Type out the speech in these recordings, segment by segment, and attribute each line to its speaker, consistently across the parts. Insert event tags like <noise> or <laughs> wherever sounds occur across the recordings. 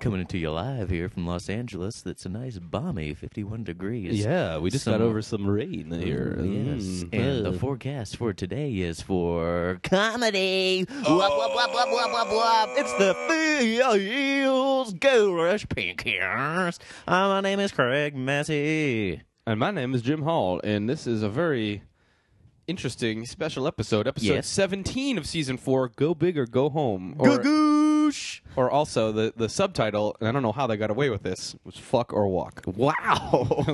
Speaker 1: coming to you live here from Los Angeles. That's a nice balmy 51 degrees.
Speaker 2: Yeah, we just got
Speaker 1: Some-
Speaker 2: over some rain here.
Speaker 1: Yes.
Speaker 2: Mm.
Speaker 1: And the
Speaker 2: Yeah.
Speaker 1: forecast for today is for comedy. Wop, wop, wop, wop, wop, wop, wop. It's the Feels Go Rush Pinkers. Uh, my name is Craig Massey.
Speaker 2: and my name is Jim Hall, and this is a very interesting special episode, episode
Speaker 1: Yes.
Speaker 2: 17 of season four, Go Big or Go Home. Or,
Speaker 1: Gagoosh.
Speaker 2: or also the, the subtitle, and I don't know how they got away with this, was Fuck or Walk. <laughs>
Speaker 1: Wow.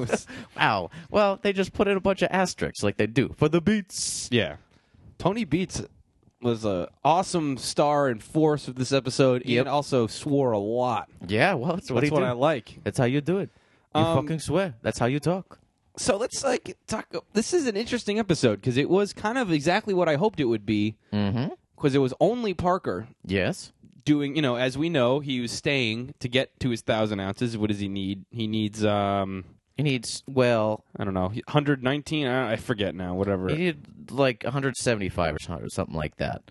Speaker 1: wow. Well, they just put in a bunch of asterisks like they do for the beats.
Speaker 2: Yeah. Tony Beats was a awesome star and force of this episode,
Speaker 1: Yep.
Speaker 2: and also swore a lot.
Speaker 1: Yeah, well, that's what,
Speaker 2: That's
Speaker 1: he
Speaker 2: what
Speaker 1: do.
Speaker 2: I like.
Speaker 1: That's how you do it. You
Speaker 2: Um,
Speaker 1: fucking swear. That's how you talk.
Speaker 2: so let's like talk. This is an interesting episode because it was kind of exactly what I hoped it would be.
Speaker 1: Mm-hmm.
Speaker 2: Because it was only Parker
Speaker 1: Yes.
Speaker 2: doing, you know, as we know, he was staying to get to his thousand ounces. What does he need? He needs, um,
Speaker 1: He needs, well,
Speaker 2: I don't know, 119. I I forget now. Whatever.
Speaker 1: He did like 175 or so- or something like that.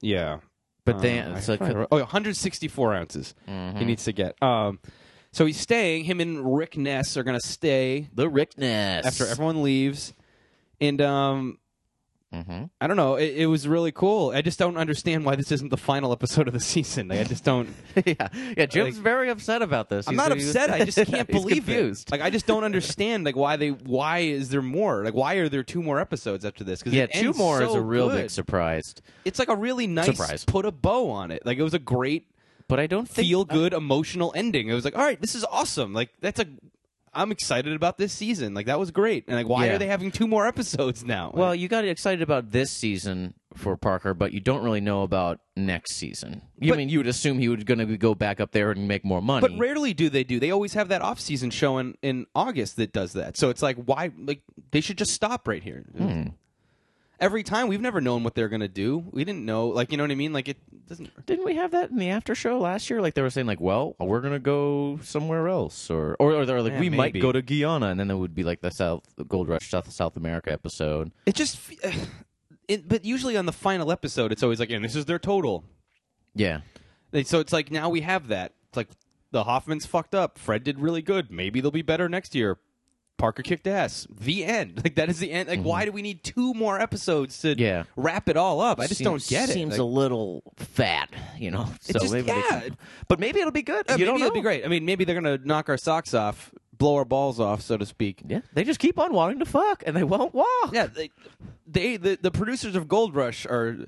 Speaker 2: Yeah.
Speaker 1: But then, uh,
Speaker 2: I
Speaker 1: so
Speaker 2: probably
Speaker 1: could-
Speaker 2: wrote- oh, 164 ounces
Speaker 1: mm-hmm.
Speaker 2: he needs to get. Um, so he's staying. Him and Rick Ness are gonna stay
Speaker 1: the Rickness.
Speaker 2: after everyone leaves, and um,
Speaker 1: hmm
Speaker 2: I don't know. It, it was really cool. I just don't understand why this isn't the final episode of the season. Like, I just don't.
Speaker 1: <laughs> yeah, yeah. Jim's
Speaker 2: Like-
Speaker 1: very upset about this.
Speaker 2: <laughs> I'm
Speaker 1: He's-
Speaker 2: not
Speaker 1: he was- <laughs>
Speaker 2: upset. I just can't
Speaker 1: he's
Speaker 2: believe
Speaker 1: confused.
Speaker 2: it. Like I just don't understand. Like why they? Why is there more? Like why are there two more episodes after this? Because
Speaker 1: yeah, two more is a real big
Speaker 2: surprise.
Speaker 1: surprise.
Speaker 2: It's like a really nice
Speaker 1: Surprise.
Speaker 2: Put a bow on it. Like it was a great
Speaker 1: But I don't think uh,
Speaker 2: feel good emotional ending. It was like all right, this is awesome. Like that's a. I'm excited about this season. Like that was great. And like why
Speaker 1: Yeah.
Speaker 2: are they having two more episodes now?
Speaker 1: Well, you got excited about this season for Parker, but you don't really know about next season. You
Speaker 2: But-
Speaker 1: mean you would assume he was going to go back up there and make more money?
Speaker 2: But rarely do they do. They always have that off season show in, in August that does that. So it's like why like they should just stop right here. Every time we've never known what they're gonna do. We didn't know like you know what I mean? Like it doesn't
Speaker 1: Didn't we have that in the after show last year? Like they were saying, like, well, we're gonna go somewhere else, or or, or they're like,
Speaker 2: Yeah,
Speaker 1: we might
Speaker 2: maybe.
Speaker 1: go to Guyana, and then it would be like the South the Gold Rush South South America episode.
Speaker 2: it just <sighs> it, but usually on the final episode it's always like, and this is their total.
Speaker 1: Yeah,
Speaker 2: And so it's like now we have that. It's like the Hoffman's fucked up. Fred did really good. Maybe they'll be better next year. Parker kicked ass. The end. <laughs> Like that is the end. Like why do we need two more episodes to
Speaker 1: Yeah.
Speaker 2: wrap it all up? I just don't
Speaker 1: Seems-
Speaker 2: get it.
Speaker 1: Seems
Speaker 2: Like-
Speaker 1: a little fat, you know. So
Speaker 2: just-
Speaker 1: maybe they
Speaker 2: yeah.
Speaker 1: can- but maybe it'll be good.
Speaker 2: Uh,
Speaker 1: you
Speaker 2: maybe
Speaker 1: don't know.
Speaker 2: it'll be great. I mean, maybe they're gonna knock our socks off, blow our balls off, so to speak.
Speaker 1: Yeah, they just keep on wanting to fuck, and they won't walk.
Speaker 2: <laughs> Yeah, they, they the, the producers of Gold Rush are.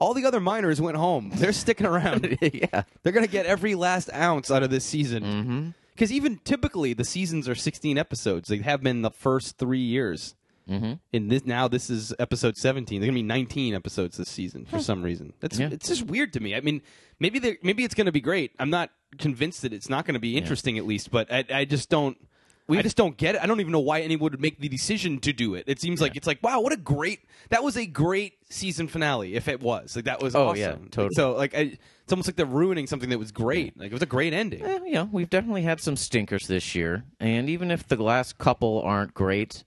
Speaker 2: All the other miners went home. <laughs> They're sticking around.
Speaker 1: <laughs> yeah. Mm-hmm.
Speaker 2: they're gonna get every last ounce out of this season. Because even typically the seasons are 16 episodes. They have been the first three years. Mm-hmm. And this now this is episode 17. They're gonna be 19 episodes this season for some reason. That's
Speaker 1: Yeah.
Speaker 2: it's just weird to me. I mean, maybe they maybe it's gonna be great. I'm not convinced that it's not gonna be interesting at least. But I, I just don't. I just don't get it. I don't even know why anyone would make the decision to do it. It seems like it's like wow, what a great that was a great season finale. If it was like that was
Speaker 1: Oh,
Speaker 2: awesome.
Speaker 1: yeah, totally.
Speaker 2: So like I, it's almost like they're ruining something that was great. Like it was a great ending.
Speaker 1: Eh, you know, we've definitely had some stinkers this year, and even if the last couple aren't great,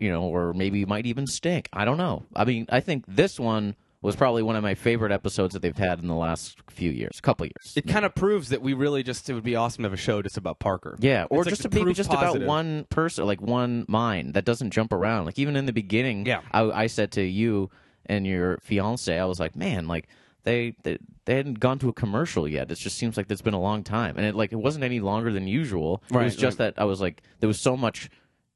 Speaker 1: you know, or maybe might even stink. I don't know. I mean, I think this one was probably one of my favorite episodes that they've had in the last few years, couple years.
Speaker 2: It kind of proves that we really just it would be awesome to have a show just about Parker.
Speaker 1: yeah, or
Speaker 2: It's like
Speaker 1: just
Speaker 2: the
Speaker 1: maybe
Speaker 2: proof
Speaker 1: just
Speaker 2: positive.
Speaker 1: about one person, like one mind that doesn't jump around. Like even in the beginning,
Speaker 2: Yeah.
Speaker 1: I, I said to you and your fiance, I was like, man, like they, they they hadn't gone to a commercial yet. It just seems like it's been a long time, and it like it wasn't any longer than usual. it
Speaker 2: Right,
Speaker 1: was just that I was like, there was so much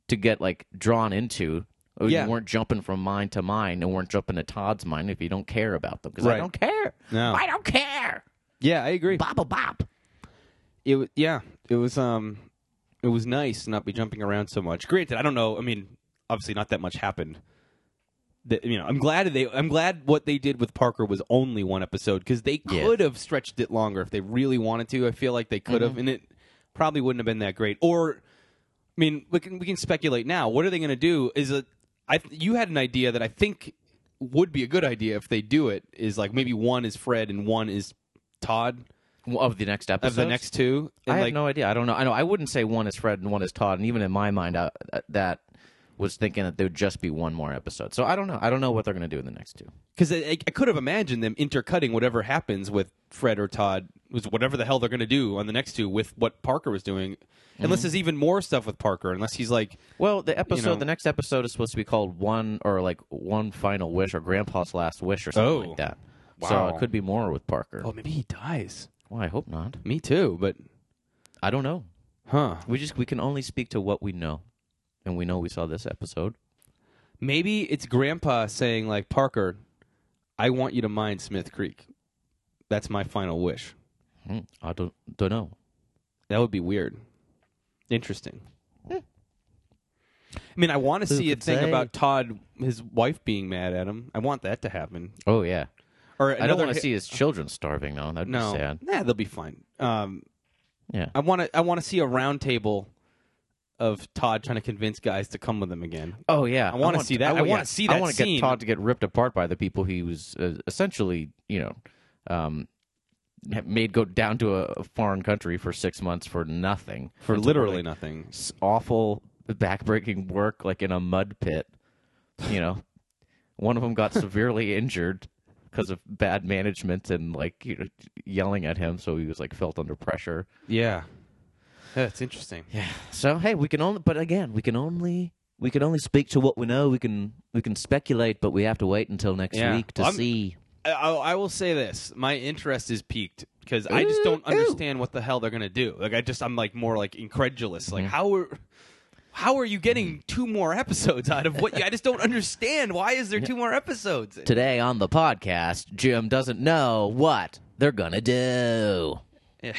Speaker 1: to get like drawn into. Oh,
Speaker 2: Yeah.
Speaker 1: You weren't jumping from mine to mine, and weren't jumping to Todd's mind if you don't care about them because I
Speaker 2: Right.
Speaker 1: don't care.
Speaker 2: No.
Speaker 1: I don't care.
Speaker 2: Yeah, I agree.
Speaker 1: Bop a bop.
Speaker 2: It wa- yeah, it was um, it was nice to not be jumping around so much. Granted, I don't know. I mean, obviously, not that much happened. That, you know, I'm glad they. I'm glad what they did with Parker was only one episode because they
Speaker 1: Yeah.
Speaker 2: could have stretched it longer if they really wanted to. I feel like they could have,
Speaker 1: Mm-hmm.
Speaker 2: and it probably wouldn't have been that great. Or, I mean, we can we can speculate now. What are they going to do? Is a I you had an idea that I think would be a good idea if they do it is like maybe one is Fred and one is Todd
Speaker 1: Of the next episode.
Speaker 2: of the next two. And
Speaker 1: I
Speaker 2: like,
Speaker 1: have no idea. I don't know. I know. I wouldn't say one is Fred and one is Todd. And even in my mind, I, uh, that was thinking that there'd just be one more episode. So I don't know. I don't know what they're going to do in the next two.
Speaker 2: Because I, I- I could have imagined them intercutting whatever happens with Fred or Todd, was whatever the hell they're going to do on the next two with what Parker was doing. Unless there's even more stuff with Parker, unless he's like,
Speaker 1: Well, the episode,
Speaker 2: know.
Speaker 1: the next episode is supposed to be called one or like one final wish or Grandpa's last wish or something
Speaker 2: Oh.
Speaker 1: like that. So
Speaker 2: Wow.
Speaker 1: it could be more with Parker.
Speaker 2: oh, maybe he dies.
Speaker 1: Well, I hope not.
Speaker 2: Me too, but
Speaker 1: I don't know.
Speaker 2: huh.
Speaker 1: We just we can only speak to what we know, and we know we saw this episode.
Speaker 2: Maybe it's Grandpa saying, like, Parker, I want you to mine Smith Creek. That's my final wish.
Speaker 1: Hmm, I don't don't know.
Speaker 2: That would be weird. Interesting. Hmm. I mean, I want to
Speaker 1: Who
Speaker 2: see a
Speaker 1: could
Speaker 2: thing
Speaker 1: say?
Speaker 2: about Todd, his wife being mad at him. I want that to happen.
Speaker 1: Oh yeah,
Speaker 2: Or
Speaker 1: I don't
Speaker 2: another
Speaker 1: want to
Speaker 2: hi-
Speaker 1: see his children starving though. That'd
Speaker 2: No,
Speaker 1: be sad.
Speaker 2: nah, they'll be fine. Um,
Speaker 1: Yeah.
Speaker 2: I want to. I want to see a round table of Todd trying to convince guys to come with him again.
Speaker 1: Oh yeah, I
Speaker 2: wanna see that. I wanna see that
Speaker 1: I want to
Speaker 2: scene.
Speaker 1: get Todd to get ripped apart by the people he was uh, essentially, you know, um, ha- made go down to a a foreign country for six months for nothing,
Speaker 2: For
Speaker 1: And to
Speaker 2: literally
Speaker 1: work
Speaker 2: nothing.
Speaker 1: s- awful backbreaking work, like in a mud pit. You know, <laughs> one of them got
Speaker 2: <laughs>
Speaker 1: severely injured because of bad management and like you know, yelling at him, so he was like felt under pressure.
Speaker 2: Yeah, that's interesting.
Speaker 1: Yeah. So hey, we can only but again, we can only we can only speak to what we know. We can we can speculate, but we have to wait until next
Speaker 2: Yeah.
Speaker 1: week to
Speaker 2: I'm-
Speaker 1: see.
Speaker 2: I, I I will say this: my interest is peaked because I just
Speaker 1: Ooh,
Speaker 2: don't
Speaker 1: ooh.
Speaker 2: understand what the hell they're gonna do. Like, I just I'm like more like incredulous.
Speaker 1: Mm-hmm.
Speaker 2: Like, how are how are you getting two more episodes out of what? you I just don't understand. Why is there two more episodes?
Speaker 1: Today on the podcast, Jim doesn't know what they're gonna do.
Speaker 2: Yeah.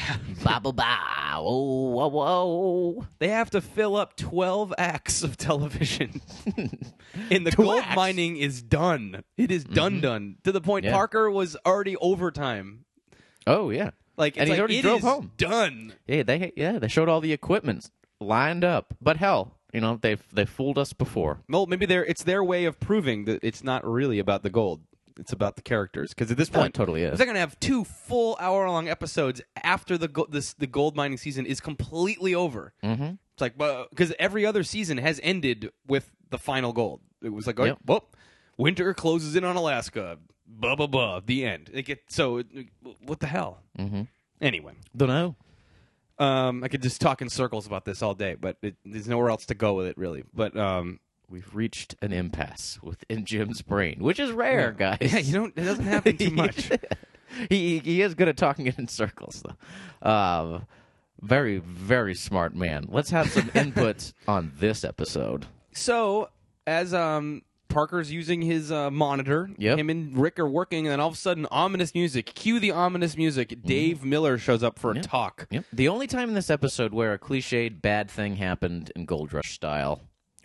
Speaker 1: Ba ba ba. Oh, whoa, whoa.
Speaker 2: They have to fill up 12 acts
Speaker 1: <laughs>
Speaker 2: of television. and the gold
Speaker 1: acts? Mm-hmm.
Speaker 2: mining is done. It is done done. To the point
Speaker 1: Yeah.
Speaker 2: Parker was already overtime.
Speaker 1: Oh yeah.
Speaker 2: Like it's
Speaker 1: and he
Speaker 2: like,
Speaker 1: already
Speaker 2: it
Speaker 1: drove
Speaker 2: is
Speaker 1: home.
Speaker 2: done.
Speaker 1: Yeah, they yeah they showed all the equipment lined up. But hell, you know they've they fooled us before.
Speaker 2: Well, maybe they're, it's their way of proving that it's not really about the gold. It's about the characters because at this
Speaker 1: No,
Speaker 2: point,
Speaker 1: it totally
Speaker 2: If
Speaker 1: is.
Speaker 2: they're gonna have two full hour-long episodes after the go- this, the gold mining season is completely over. Mm-hmm. It's like because every other season has ended with the final gold. It was like, oh,
Speaker 1: Yep.
Speaker 2: well, winter closes in on Alaska. Blah blah blah. The end. It get, so it- it- what the hell? Mm-hmm. Anyway,
Speaker 1: Don't know.
Speaker 2: um, I could just talk in circles about this all day, but it, there's nowhere else to go with it really. But um,
Speaker 1: We've reached an impasse within Jim's brain, which is rare, guys.
Speaker 2: yeah, you don't. It doesn't happen <laughs> too much.
Speaker 1: he he is good at talking in circles though. Um, very very smart man. Let's have some
Speaker 2: <laughs>
Speaker 1: input on this episode.
Speaker 2: So as um Parker's using his uh, monitor,
Speaker 1: Yep.
Speaker 2: him and Rick are working, and then all of a sudden, ominous music. Cue the ominous
Speaker 1: Mm-hmm.
Speaker 2: music. Dave Miller shows up for a talk.
Speaker 1: Yep. The only time in this episode where a cliched bad thing happened in Gold Rush style.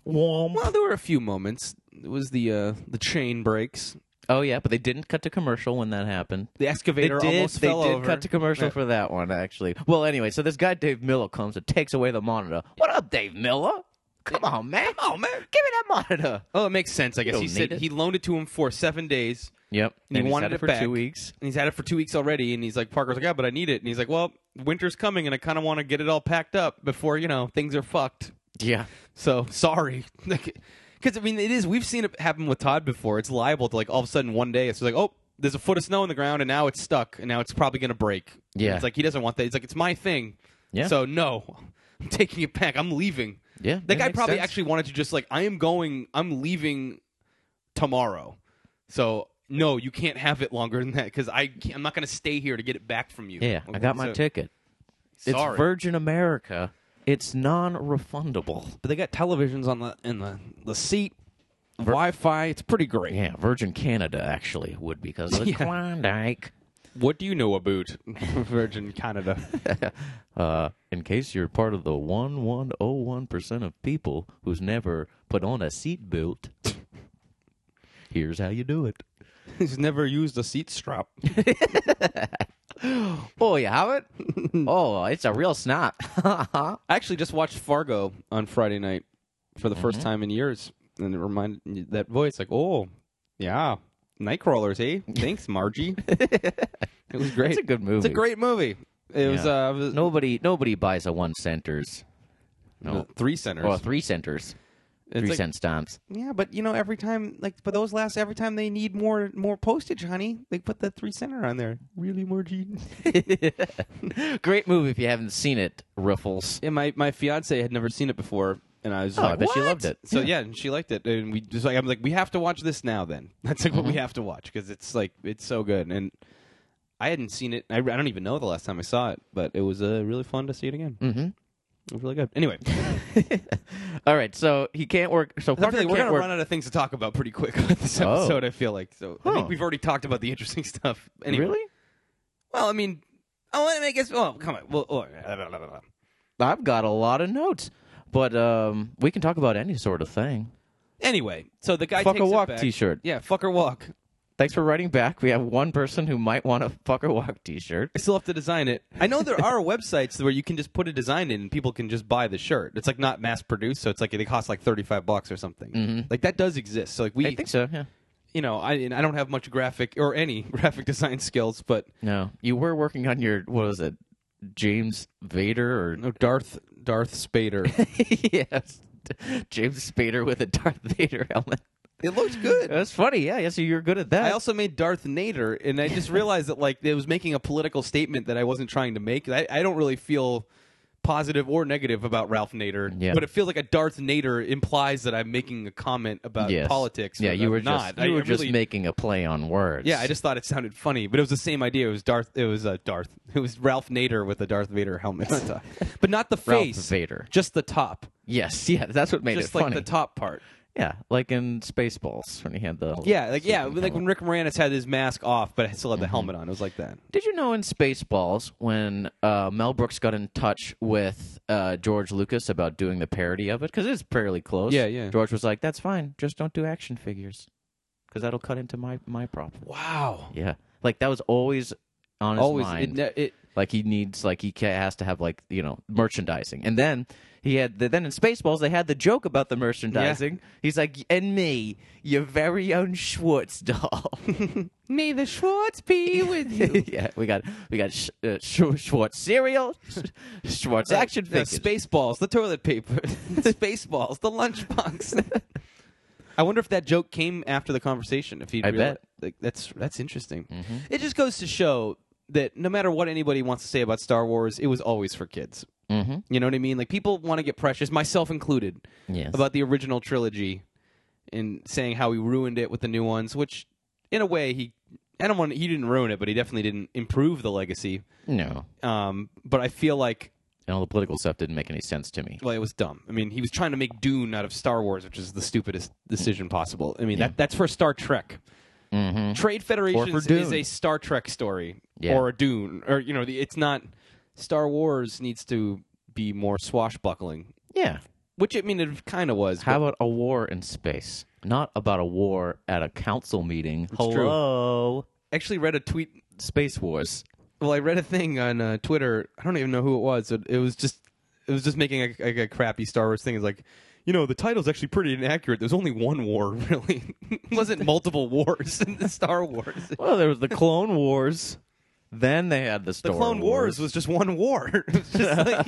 Speaker 1: Womp.
Speaker 2: Well, there were a few moments. It was the uh, the chain breaks.
Speaker 1: Oh yeah, but they didn't cut to commercial when that happened.
Speaker 2: The
Speaker 1: They
Speaker 2: excavator
Speaker 1: did.
Speaker 2: almost
Speaker 1: They
Speaker 2: fell
Speaker 1: did
Speaker 2: over.
Speaker 1: cut to commercial for that one, actually. Well, anyway, so this guy Dave Miller comes and takes away the monitor. What up, Dave Miller? Come on, man! Come on, man! Give me that monitor.
Speaker 2: Oh, it makes sense. I guess
Speaker 1: don't
Speaker 2: he said
Speaker 1: need it.
Speaker 2: he loaned it to him for seven days,
Speaker 1: Yep.
Speaker 2: And he
Speaker 1: he's
Speaker 2: wanted
Speaker 1: had
Speaker 2: it
Speaker 1: for
Speaker 2: back.
Speaker 1: two weeks.
Speaker 2: and he's had it for two weeks already. And he's like, Parker's like, yeah, but I need it. And he's like, well, winter's coming, and I kind of want to get it all packed up before you know things are fucked.
Speaker 1: Yeah.
Speaker 2: So sorry. <laughs> Because, I mean, it is, we've seen it happen with Todd before. It's liable to, like, all of a sudden one day it's like, oh, there's a foot of snow in the ground and now it's stuck and now it's probably going to break.
Speaker 1: Yeah.
Speaker 2: It's like, he doesn't want that. It's like, it's my thing.
Speaker 1: Yeah.
Speaker 2: So no, <laughs> I'm taking it back. I'm leaving.
Speaker 1: Yeah,
Speaker 2: That
Speaker 1: that
Speaker 2: guy
Speaker 1: makes
Speaker 2: probably
Speaker 1: sense.
Speaker 2: actually wanted to just, like, I am going, I'm leaving tomorrow. So no, you can't have it longer than that because I'm not going to stay here to get it back from you.
Speaker 1: Yeah, I got my
Speaker 2: So,
Speaker 1: ticket.
Speaker 2: Sorry.
Speaker 1: It's Virgin America. It's non-refundable.
Speaker 2: but they got televisions on the in the, the seat, Wi Fi. It's pretty great.
Speaker 1: Yeah, Virgin Canada actually would because <laughs> of the
Speaker 2: Yeah.
Speaker 1: Klondike.
Speaker 2: What do you know about <laughs> Virgin Canada?
Speaker 1: Uh, in case you're part of the one one oh one percent of people who's never put on a seatbelt, here's how you do it.
Speaker 2: <laughs> He's never used a seat strap.
Speaker 1: Oh, you have <laughs> it? oh, it's a real snot. <laughs>
Speaker 2: I actually just watched Fargo on Friday night for the first time in years, and it reminded me that voice like, "Oh, yeah, Nightcrawlers, <laughs> eh? Thanks, Margie." it was great.
Speaker 1: It's a good movie.
Speaker 2: It's a great movie. It was
Speaker 1: Yeah.
Speaker 2: uh, it was-
Speaker 1: Nobody, nobody buys a one centers. No.
Speaker 2: three centers.
Speaker 1: or Oh, a three centers.
Speaker 2: It's
Speaker 1: three
Speaker 2: like-
Speaker 1: cent stamps.
Speaker 2: Yeah, but you know, every time like but those last every time they need more more postage, honey, they put the three center on there. Really more <laughs> Gene?
Speaker 1: <laughs> Great movie if you haven't seen it, Riffles.
Speaker 2: Yeah, my my fiance had never seen it before and I was
Speaker 1: Oh,
Speaker 2: like,
Speaker 1: I bet she
Speaker 2: "What?"
Speaker 1: loved it.
Speaker 2: So yeah. and she liked it and we just like I'm like we have to watch this now then. <laughs> That's like what we have to watch cuz it's like it's so good and I hadn't seen it. I, I don't even know the last time I saw it, but it was uh, really fun to see it again.
Speaker 1: Mhm.
Speaker 2: It was really good. <laughs> Anyway,
Speaker 1: <laughs> All right, so he can't work. So Parker
Speaker 2: Something- we're
Speaker 1: can't
Speaker 2: gonna
Speaker 1: work.
Speaker 2: run out of things to talk about pretty quick <laughs> on this
Speaker 1: Oh.
Speaker 2: episode. I feel like so. I
Speaker 1: Huh.
Speaker 2: think we've already talked about the interesting <laughs> stuff. Anyway.
Speaker 1: Really?
Speaker 2: Well, I mean, oh, I mean, I guess. Oh, come on. Well, oh, blah, blah, blah, blah, blah.
Speaker 1: I've got a lot of notes, but um, we can talk about any sort of thing.
Speaker 2: anyway, so the guy
Speaker 1: Fuck
Speaker 2: takes
Speaker 1: a
Speaker 2: it
Speaker 1: walk
Speaker 2: back.
Speaker 1: T-shirt.
Speaker 2: Yeah, fuck or walk.
Speaker 1: Thanks for writing back. We have one person who might want a fuck or walk T-shirt.
Speaker 2: I still have to design it. I know there are <laughs> websites where you can just put a design in and people can just buy the shirt. It's like not mass produced, so it's like it costs like thirty five bucks or something. Like that does exist. So like we,
Speaker 1: Mm-hmm. I think so. Yeah.
Speaker 2: you know, I and I don't have much graphic or any <laughs> graphic design skills, but
Speaker 1: No, you were working on your what was it, James Vader or
Speaker 2: no Darth Darth Spader.
Speaker 1: <laughs> yes, James Spader with a Darth Vader helmet.
Speaker 2: it looks good.
Speaker 1: That's funny. Yeah, yes, you're good at that.
Speaker 2: I also made Darth Nader, and I just realized that like it was making a political statement that I wasn't trying to make. I, I don't really feel positive or negative about Ralph Nader,
Speaker 1: Yeah.
Speaker 2: but it feels like a Darth Nader implies that I'm making a comment about
Speaker 1: Yes.
Speaker 2: uh, politics.
Speaker 1: Yeah,
Speaker 2: when
Speaker 1: you
Speaker 2: I'm
Speaker 1: were
Speaker 2: not.
Speaker 1: just
Speaker 2: I-
Speaker 1: you
Speaker 2: I
Speaker 1: were just
Speaker 2: really-
Speaker 1: making a play on words.
Speaker 2: Yeah, I just thought it sounded funny, but it was the same idea. It was Darth. It was uh, Darth. <laughs> It was Ralph Nader with a Darth Vader helmet, on top. but not the
Speaker 1: <laughs> Ralph
Speaker 2: face,
Speaker 1: Vader.
Speaker 2: just the top,
Speaker 1: Yes, yeah, that's what made
Speaker 2: just
Speaker 1: it
Speaker 2: like
Speaker 1: funny.
Speaker 2: the top part.
Speaker 1: yeah, like in Spaceballs when he had the
Speaker 2: Yeah, like yeah,
Speaker 1: sleeping
Speaker 2: like
Speaker 1: helmet.
Speaker 2: when Rick Moranis had his mask off, but I still had the helmet on. It was like that.
Speaker 1: Did you know in Spaceballs when uh, Mel Brooks got in touch with uh, George Lucas about doing the parody of it because it's fairly close.
Speaker 2: Yeah, yeah.
Speaker 1: George was like, "That's fine, just don't do action figures because that'll cut into my my prop."
Speaker 2: Wow.
Speaker 1: Yeah, like that was always on his
Speaker 2: always
Speaker 1: mind.
Speaker 2: it, ne- it
Speaker 1: Like he needs, like he ca- has to have, like you know, merchandising. And then he had, the, then in Spaceballs they had the joke about the merchandising. He's like, and me, your very own Schwartz <laughs> doll.
Speaker 2: may the Schwartz be with <laughs>
Speaker 1: yeah, we got we got sh- uh, sh- Schwartz cereal, sh- Schwartz action figures.
Speaker 2: spaceballs the toilet paper <laughs> spaceballs the lunchbox <laughs> i wonder if that joke came after the conversation if he
Speaker 1: I bet.
Speaker 2: like that's that's interesting it just goes to show that no matter what anybody wants to say about star wars it was always for kids
Speaker 1: Mhm.
Speaker 2: you know what i mean like people want to get precious myself included
Speaker 1: Yes.
Speaker 2: about the original trilogy and saying how he ruined it with the new ones, which in a way he I don't want he didn't ruin it, but he definitely didn't improve the legacy.
Speaker 1: no,
Speaker 2: Um, but I feel like
Speaker 1: and all the political stuff didn't make any sense to me.
Speaker 2: well, it was dumb. I mean, he was trying to make Dune out of Star Wars, which is the stupidest decision possible. I mean, that that's for Star Trek.
Speaker 1: Mm-hmm.
Speaker 2: Trade Federation is
Speaker 1: Dune.
Speaker 2: a Star Trek story
Speaker 1: Yeah.
Speaker 2: or a Dune, or you know, the, it's not Star Wars needs to be more swashbuckling,
Speaker 1: Yeah.
Speaker 2: which I mean it kind of was.
Speaker 1: How about a war in space? Not about a war at a council meeting.
Speaker 2: true.
Speaker 1: Hello,
Speaker 2: but actually read a tweet
Speaker 1: space wars.
Speaker 2: Well, I read a thing on uh, Twitter. I don't even know who it was. It, it was just it was just making a, like a crappy Star Wars thing. It's like, you know, the title's actually pretty inaccurate. There's only one war, <laughs> really. it wasn't multiple wars in the Star Wars.
Speaker 1: Well, there was the Clone Wars. Then they had the
Speaker 2: The
Speaker 1: Star
Speaker 2: Clone Wars was just one war. <laughs> It's just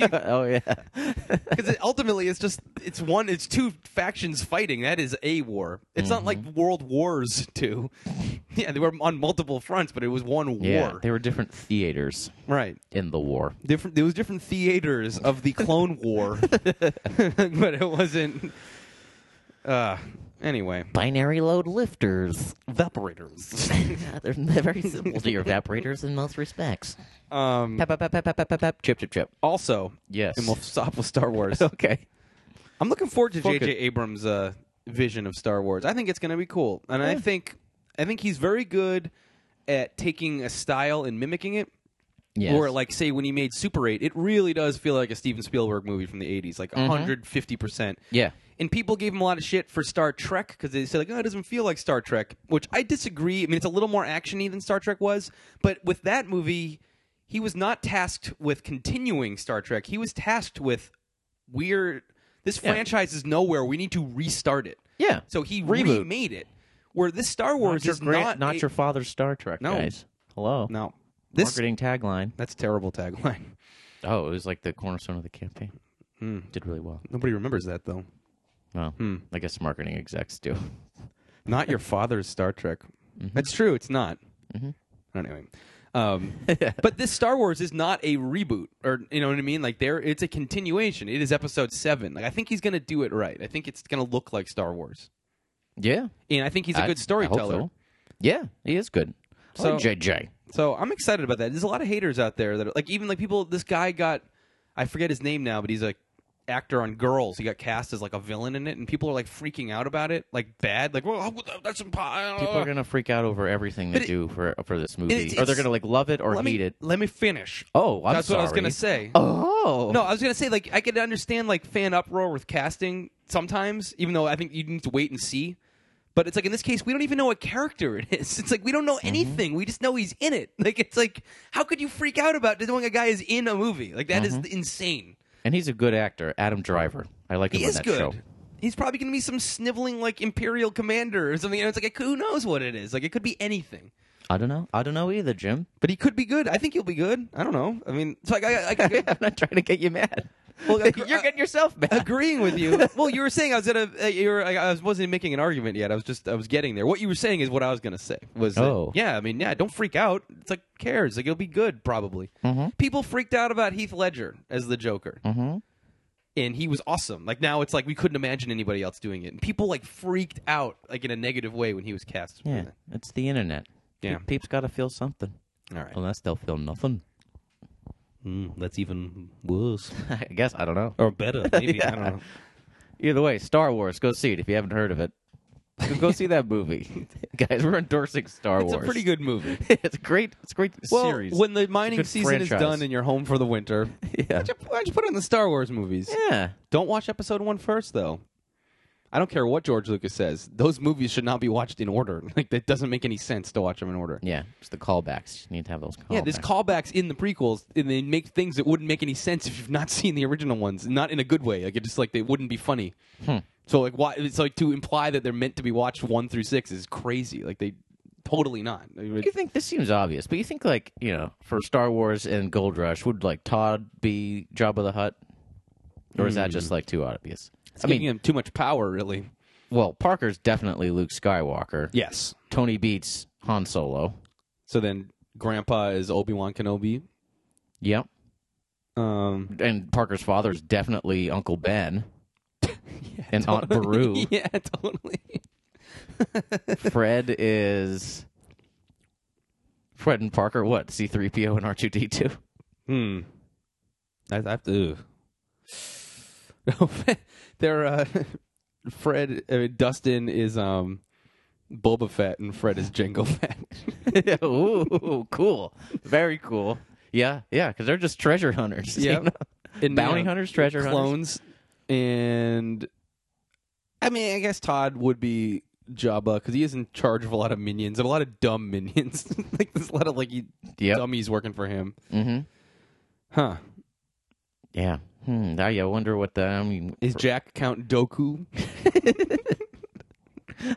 Speaker 1: <laughs>
Speaker 2: like-
Speaker 1: oh yeah.
Speaker 2: 'cause it- ultimately, it's just it's one. It's two factions fighting. That is a war. It's not like World Wars Two. <laughs> yeah, they were on multiple fronts, but it was one
Speaker 1: Yeah,
Speaker 2: war.
Speaker 1: there were different theaters
Speaker 2: Right.
Speaker 1: in the war.
Speaker 2: different there was different theaters of the clone <laughs> war but it wasn't uh anyway
Speaker 1: Binary load lifters. <laughs>
Speaker 2: evaporators
Speaker 1: They're very simple <laughs> to your evaporators in most respects.
Speaker 2: um
Speaker 1: Pep, pep, pep, pep, pep, pep, pep, pep. Chip, chip, chip.
Speaker 2: also
Speaker 1: Yes.
Speaker 2: and we'll stop with star wars
Speaker 1: Okay.
Speaker 2: <laughs> i'm looking forward to
Speaker 1: Focus.
Speaker 2: jj abrams uh vision of star wars i think it's gonna be cool and i think i think he's very good at taking a style and mimicking it
Speaker 1: Yes.
Speaker 2: Or like say when he made Super 8, it really does feel like a Steven Spielberg movie from the 80s, like 150%.
Speaker 1: yeah.
Speaker 2: And people gave him a lot of shit for Star Trek because they said like, "Oh, it doesn't feel like Star Trek," which I disagree. I mean, it's a little more actiony than Star Trek was, but with that movie, he was not tasked with continuing Star Trek. He was tasked with weird. This
Speaker 1: Yeah.
Speaker 2: franchise is nowhere. We need to restart it.
Speaker 1: Yeah.
Speaker 2: So he
Speaker 1: Reboot.
Speaker 2: remade it. Where this Star Wars
Speaker 1: not your,
Speaker 2: is
Speaker 1: grand-
Speaker 2: not
Speaker 1: not
Speaker 2: a-
Speaker 1: your father's Star Trek,
Speaker 2: No.
Speaker 1: guys. Hello.
Speaker 2: no this
Speaker 1: Marketing tagline.
Speaker 2: that's a terrible tagline. <laughs>
Speaker 1: Oh, it was like the cornerstone of the campaign. Did really well.
Speaker 2: Nobody remembers that though.
Speaker 1: Well, I guess marketing execs do. <laughs>
Speaker 2: Not your father's Star Trek.
Speaker 1: Mm-hmm.
Speaker 2: That's true. It's not. Anyway,
Speaker 1: <laughs>
Speaker 2: um, but this Star Wars is not a reboot, or you know what I mean. Like there, it's a continuation. It is Episode Seven. Like I think he's gonna do it right. I think it's gonna look like Star Wars,
Speaker 1: Yeah,
Speaker 2: and I think he's a
Speaker 1: I-
Speaker 2: good
Speaker 1: I hope
Speaker 2: storyteller.
Speaker 1: so. Yeah, he is good.
Speaker 2: So-
Speaker 1: So JJ,
Speaker 2: So I'm excited about that. There's a lot of haters out there that are, like even like people. This guy got, I forget his name now, but he's a actor on Girls. He got cast as like a villain in it, and people are like freaking out about it, like bad, like well that's impossible.
Speaker 1: people are gonna freak out over everything
Speaker 2: Oh. But
Speaker 1: they
Speaker 2: it-
Speaker 1: do for for this movie,
Speaker 2: it's-
Speaker 1: or they're
Speaker 2: it's-
Speaker 1: gonna like love it or
Speaker 2: let
Speaker 1: hate
Speaker 2: me
Speaker 1: it.
Speaker 2: let me finish.
Speaker 1: Oh, I'm
Speaker 2: that's what I was
Speaker 1: sorry.
Speaker 2: gonna say.
Speaker 1: Oh
Speaker 2: No, I was gonna say like I could understand like fan uproar with casting sometimes, even though I think you need to wait and see. But it's like in this case, we don't even know what character it is. It's like we don't know
Speaker 1: Mm-hmm.
Speaker 2: anything. We just know he's in it. <laughs> Like it's like how could you freak out about knowing a guy is in a movie? Like that is
Speaker 1: Mm-hmm.
Speaker 2: insane.
Speaker 1: and he's a good actor, Adam Driver. I like him
Speaker 2: He
Speaker 1: on
Speaker 2: is
Speaker 1: that
Speaker 2: good.
Speaker 1: show.
Speaker 2: He's probably gonna be some sniveling like imperial commander or something. And it's like who knows what it is? Like it could be anything.
Speaker 1: I don't know. I don't know either, Jim. <laughs>
Speaker 2: But he could be good. I think he'll be good. I don't know. I mean, it's like I, I, I
Speaker 1: I'm not trying to get you mad. <laughs>
Speaker 2: Well, uh, I-
Speaker 1: you're getting yourself mad.
Speaker 2: agreeing with you. <laughs> Well, you were saying I was at a. uh, You were, I I wasn't making an argument yet. I was just. I was getting there. What you were saying is what I was going to say. Was that-
Speaker 1: Oh.
Speaker 2: yeah. I mean, yeah. Don't freak out. It's like who cares. Like it'll be good probably. People freaked out about Heath Ledger as the Joker,
Speaker 1: Mhm.
Speaker 2: and he was awesome. Like now it's like we couldn't imagine anybody else doing it. And people like freaked out like in a negative way when he was cast.
Speaker 1: Yeah, it's the internet.
Speaker 2: Yeah.
Speaker 1: Pe- peeps got to feel something,
Speaker 2: All right.
Speaker 1: unless they'll feel nothing.
Speaker 2: Oh,
Speaker 1: <laughs>
Speaker 2: Mm, that's even worse
Speaker 1: I guess I don't know.
Speaker 2: or better. <laughs> Maybe I don't know.
Speaker 1: Either way, Star Wars. Go see it if you haven't heard of it. Go- Go see that <laughs> movie, guys. We're endorsing Star
Speaker 2: It's a
Speaker 1: Wars.
Speaker 2: pretty good movie.
Speaker 1: <laughs> it's a great. It's a great
Speaker 2: Well,
Speaker 1: series.
Speaker 2: when the mining
Speaker 1: good
Speaker 2: season is
Speaker 1: franchise.
Speaker 2: done and you're home for the winter,
Speaker 1: yeah.
Speaker 2: why don't you- why don't you put on the Star Wars movies?
Speaker 1: Yeah.
Speaker 2: Don't watch episode one first, though. I don't care what George Lucas says; those movies should not be watched in order. <laughs> Like that doesn't make any sense to watch them in order.
Speaker 1: Yeah. Oh, It's the callbacks. You need to have those. Callbacks.
Speaker 2: Yeah, there's callbacks in the prequels, and they make things that wouldn't make any sense if you've not <laughs> seen the original ones. Not in a good way. Like it just like they wouldn't be funny.
Speaker 1: Hmm.
Speaker 2: So like why? It's like to imply that they're meant to be watched one through six is crazy. Like they totally not.
Speaker 1: You think this seems obvious, but you think like you know for Star Wars and Gold Rush would like Todd be Jabba the Hutt, or is that just like too obvious?
Speaker 2: It's
Speaker 1: I
Speaker 2: giving
Speaker 1: mean,
Speaker 2: him too much power, really.
Speaker 1: well, Parker's definitely Luke Skywalker.
Speaker 2: Yes.
Speaker 1: Tony beats Han Solo.
Speaker 2: So then Grandpa is Obi Wan Kenobi.
Speaker 1: Yep.
Speaker 2: Um,
Speaker 1: And Parker's father is definitely Uncle
Speaker 2: <laughs>
Speaker 1: Ben. and Aunt Beru.
Speaker 2: yeah, totally.
Speaker 1: Fred is Fred and Parker. What C three PO and R two D two? <laughs>
Speaker 2: Hmm. I, I have to. ugh. <laughs> They're uh, <laughs> Fred. I mean, Dustin is um, Boba Fett, and Fred is Jango <laughs> Fett.
Speaker 1: <laughs> Ooh, cool. Very cool. Yeah, yeah. Because they're just treasure hunters. <laughs> you
Speaker 2: Yep.
Speaker 1: know?
Speaker 2: and
Speaker 1: Bounty
Speaker 2: uh,
Speaker 1: hunters, treasure hunters.
Speaker 2: clones, and I mean, I guess Todd would be Jabba because he is in charge of a lot of minions and a lot of dumb <laughs> minions. like there's a lot of like he,
Speaker 1: Yep.
Speaker 2: dummies working for him.
Speaker 1: Mm-hmm.
Speaker 2: Huh?
Speaker 1: Yeah. Hmm. Now you wonder what the I mean.
Speaker 2: Is Jack Count <laughs> Doku?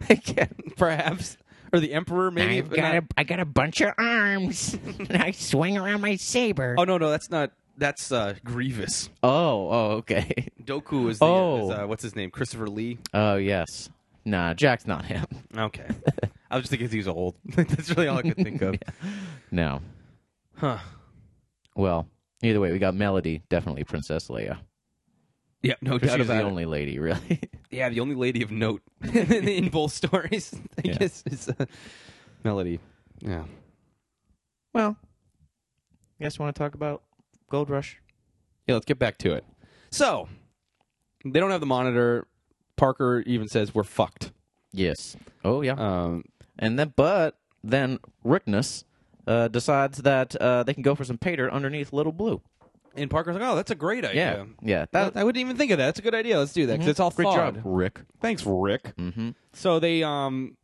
Speaker 1: I can't.
Speaker 2: perhaps, or the Emperor, maybe.
Speaker 1: I've got a, I got a bunch of arms, <laughs> and I swing around my saber.
Speaker 2: Oh no, no, that's not. That's uh, Grievous.
Speaker 1: Oh, oh, okay. <laughs>
Speaker 2: Doku is the
Speaker 1: Oh.
Speaker 2: is, uh, what's his name? Christopher Lee.
Speaker 1: Oh, yes. Nah, Jack's not him.
Speaker 2: <laughs> Okay, I was just thinking he was old. <laughs> that's really all I could think <laughs> of.
Speaker 1: No.
Speaker 2: Huh.
Speaker 1: Well, either way, we got Melody, definitely Princess Leia.
Speaker 2: Yeah, no
Speaker 1: She's
Speaker 2: doubt
Speaker 1: the
Speaker 2: about it.
Speaker 1: only lady, <laughs> really.
Speaker 2: yeah, the only lady of note <laughs> in both stories. I
Speaker 1: Yeah.
Speaker 2: guess is uh, Melody. Yeah.
Speaker 1: well, you guys want to talk about Gold Rush?
Speaker 2: Yeah, let's get back to it. So they don't have the monitor. Parker even says we're fucked.
Speaker 1: Yes. Oh, yeah.
Speaker 2: Um,
Speaker 1: and then, but then Rickness uh, decides that uh, they can go for some pater underneath Little Blue.
Speaker 2: and Parker's like, "Oh, that's a great
Speaker 1: Yeah.
Speaker 2: idea.
Speaker 1: Yeah.
Speaker 2: That,
Speaker 1: That, Mm-hmm.
Speaker 2: I wouldn't even think of that. That's a good idea. Let's do that because it's all
Speaker 1: Great
Speaker 2: thawed.
Speaker 1: job, Rick.
Speaker 2: Thanks, Rick.
Speaker 1: Mm-hmm.
Speaker 2: So they um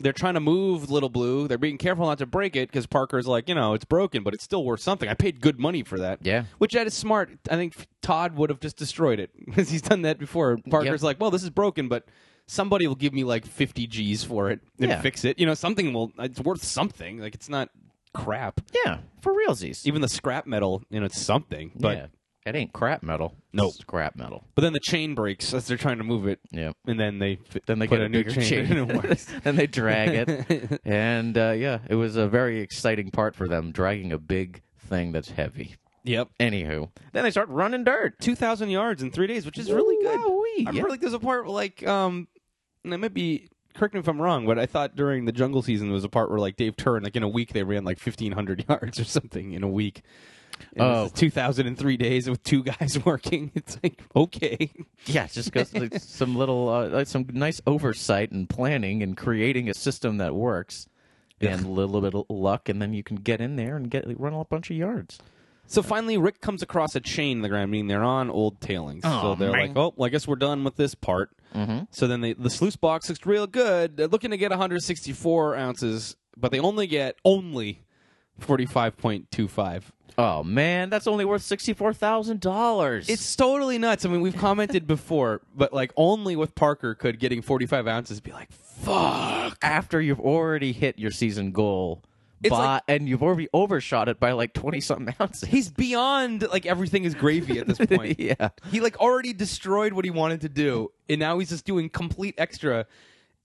Speaker 2: they're trying to move Little Blue. They're being careful not to break it because Parker's like, you know, it's broken, but it's still worth something. I paid good money for that.
Speaker 1: Yeah.
Speaker 2: which that is smart. I think Todd would have just destroyed it <laughs> because he's done that before. Parker's
Speaker 1: Yep.
Speaker 2: like, well, this is broken, but somebody will give me like fifty G's for it and
Speaker 1: Yeah.
Speaker 2: fix it. You know, something will. It's worth something. Like it's not crap.
Speaker 1: Yeah. For realsies.
Speaker 2: Even the scrap metal, you know, it's something. But
Speaker 1: yeah. That ain't crap metal.
Speaker 2: Nope.
Speaker 1: It's crap metal.
Speaker 2: But then the chain breaks as they're trying to move it,
Speaker 1: Yeah.
Speaker 2: and then they f-
Speaker 1: Then they
Speaker 2: put
Speaker 1: get
Speaker 2: a,
Speaker 1: a
Speaker 2: new
Speaker 1: bigger
Speaker 2: chain.
Speaker 1: chain.
Speaker 2: <laughs>
Speaker 1: <laughs>
Speaker 2: and it works.
Speaker 1: Then they drag
Speaker 2: <laughs>
Speaker 1: it, and uh, yeah, it was a very exciting part for them dragging a big thing that's heavy.
Speaker 2: yep,
Speaker 1: Anywho, then they start running dirt.
Speaker 2: two thousand yards in three days, which is really good.
Speaker 1: Wowee,
Speaker 2: I
Speaker 1: yeah.
Speaker 2: remember like there's a part where, like um, and I might be correct me if I'm wrong, but I thought during the jungle season there was a part where like Dave Turn, like in a week they ran like fifteen hundred <laughs> yards or something in a week. And
Speaker 1: Oh.
Speaker 2: two thousand in three days with two guys <laughs> working. It's like okay,
Speaker 1: Yeah, just because
Speaker 2: <laughs>
Speaker 1: like, some little, uh, like some nice oversight and planning and creating a system that works, and a little bit of luck, and then you can get in there and get run a bunch of yards.
Speaker 2: So finally, Rick comes across a chain in the ground, meaning they're on old tailings. so
Speaker 1: Aw,
Speaker 2: they're
Speaker 1: man.
Speaker 2: like, oh, well, I guess we're done with this part. So then they, the sluice box looks real good. They're looking to get 164 ounces, but they only get only 45.25.
Speaker 1: Oh man, that's only worth sixty four thousand dollars.
Speaker 2: It's totally nuts. I mean, we've commented before, but like only with Parker could getting 45 ounces be like, fuck.
Speaker 1: after you've already hit your season goal,
Speaker 2: It's
Speaker 1: by,
Speaker 2: like-
Speaker 1: and you've already overshot it by like twenty something <laughs> ounces.
Speaker 2: He's beyond like everything is gravy <laughs> at this
Speaker 1: <laughs>
Speaker 2: point.
Speaker 1: yeah.
Speaker 2: He like already destroyed what he wanted to do, and now he's just doing complete extra.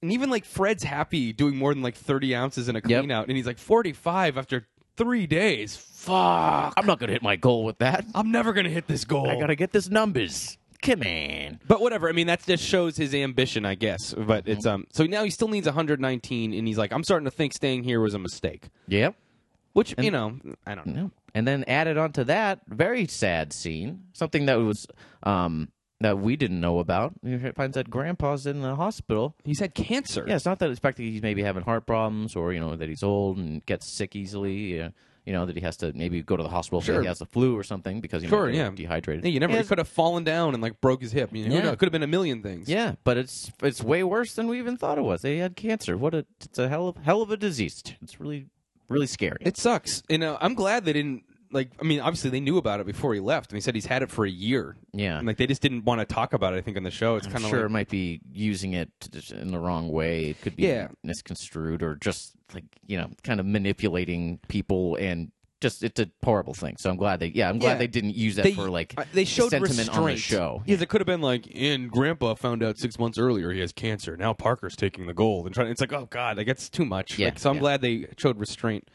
Speaker 2: And even like Fred's happy doing more than like thirty ounces in a
Speaker 1: Yep.
Speaker 2: clean out, and he's like forty five after three days. Fuck!
Speaker 1: I'm not gonna hit my goal with that.
Speaker 2: I'm never gonna hit this goal.
Speaker 1: I gotta get this numbers. Come on.
Speaker 2: But whatever. I mean, that just shows his ambition, I guess. But it's um. So now he still needs 119, and he's like, I'm starting to think staying here was a mistake.
Speaker 1: Yep.
Speaker 2: Which you know, I don't know.
Speaker 1: No. And then added onto that, very sad scene. Something that was um that we didn't know about. He finds that grandpa's in the hospital.
Speaker 2: He's had cancer.
Speaker 1: Yeah, it's not that it's fact that he's maybe having heart problems or, you know, that he's old and gets sick easily, yeah, you know, that he has to maybe go to the hospital
Speaker 2: Sure.
Speaker 1: if he has the flu or something because you know,
Speaker 2: Sure,
Speaker 1: they're
Speaker 2: yeah.
Speaker 1: dehydrated.
Speaker 2: Hey, you never.
Speaker 1: Yeah,
Speaker 2: He could have fallen down and like broke his hip. You know,
Speaker 1: Yeah.
Speaker 2: it could have been a million things.
Speaker 1: Yeah, but it's it's way worse than we even thought it was. They had cancer. What a it's a hell of hell of a disease. It's really really scary.
Speaker 2: It sucks. And uh, I'm glad they didn't like I mean obviously they knew about it before he left. And he said he's had it for a year.
Speaker 1: yeah,
Speaker 2: And like they just didn't want to talk about it I think on the show. It's kind
Speaker 1: I'm
Speaker 2: of
Speaker 1: sure it
Speaker 2: like
Speaker 1: might be using it to just- in the wrong way. It could be
Speaker 2: Yeah.
Speaker 1: misconstrued or just like you know, kind of manipulating people and just it's a horrible thing. So I'm glad they yeah, I'm glad
Speaker 2: Yeah.
Speaker 1: they didn't use that
Speaker 2: they,
Speaker 1: for like
Speaker 2: uh, they
Speaker 1: the
Speaker 2: showed
Speaker 1: sentiment
Speaker 2: restraint.
Speaker 1: on the show.
Speaker 2: Yes, it could have been like, and Grandpa found out six months earlier he has cancer. Now Parker's taking the gold and trying. It's like, oh God, like that's too much.
Speaker 1: Yeah,
Speaker 2: Like, so I'm
Speaker 1: yeah. Mm-hmm.
Speaker 2: glad they showed restraint.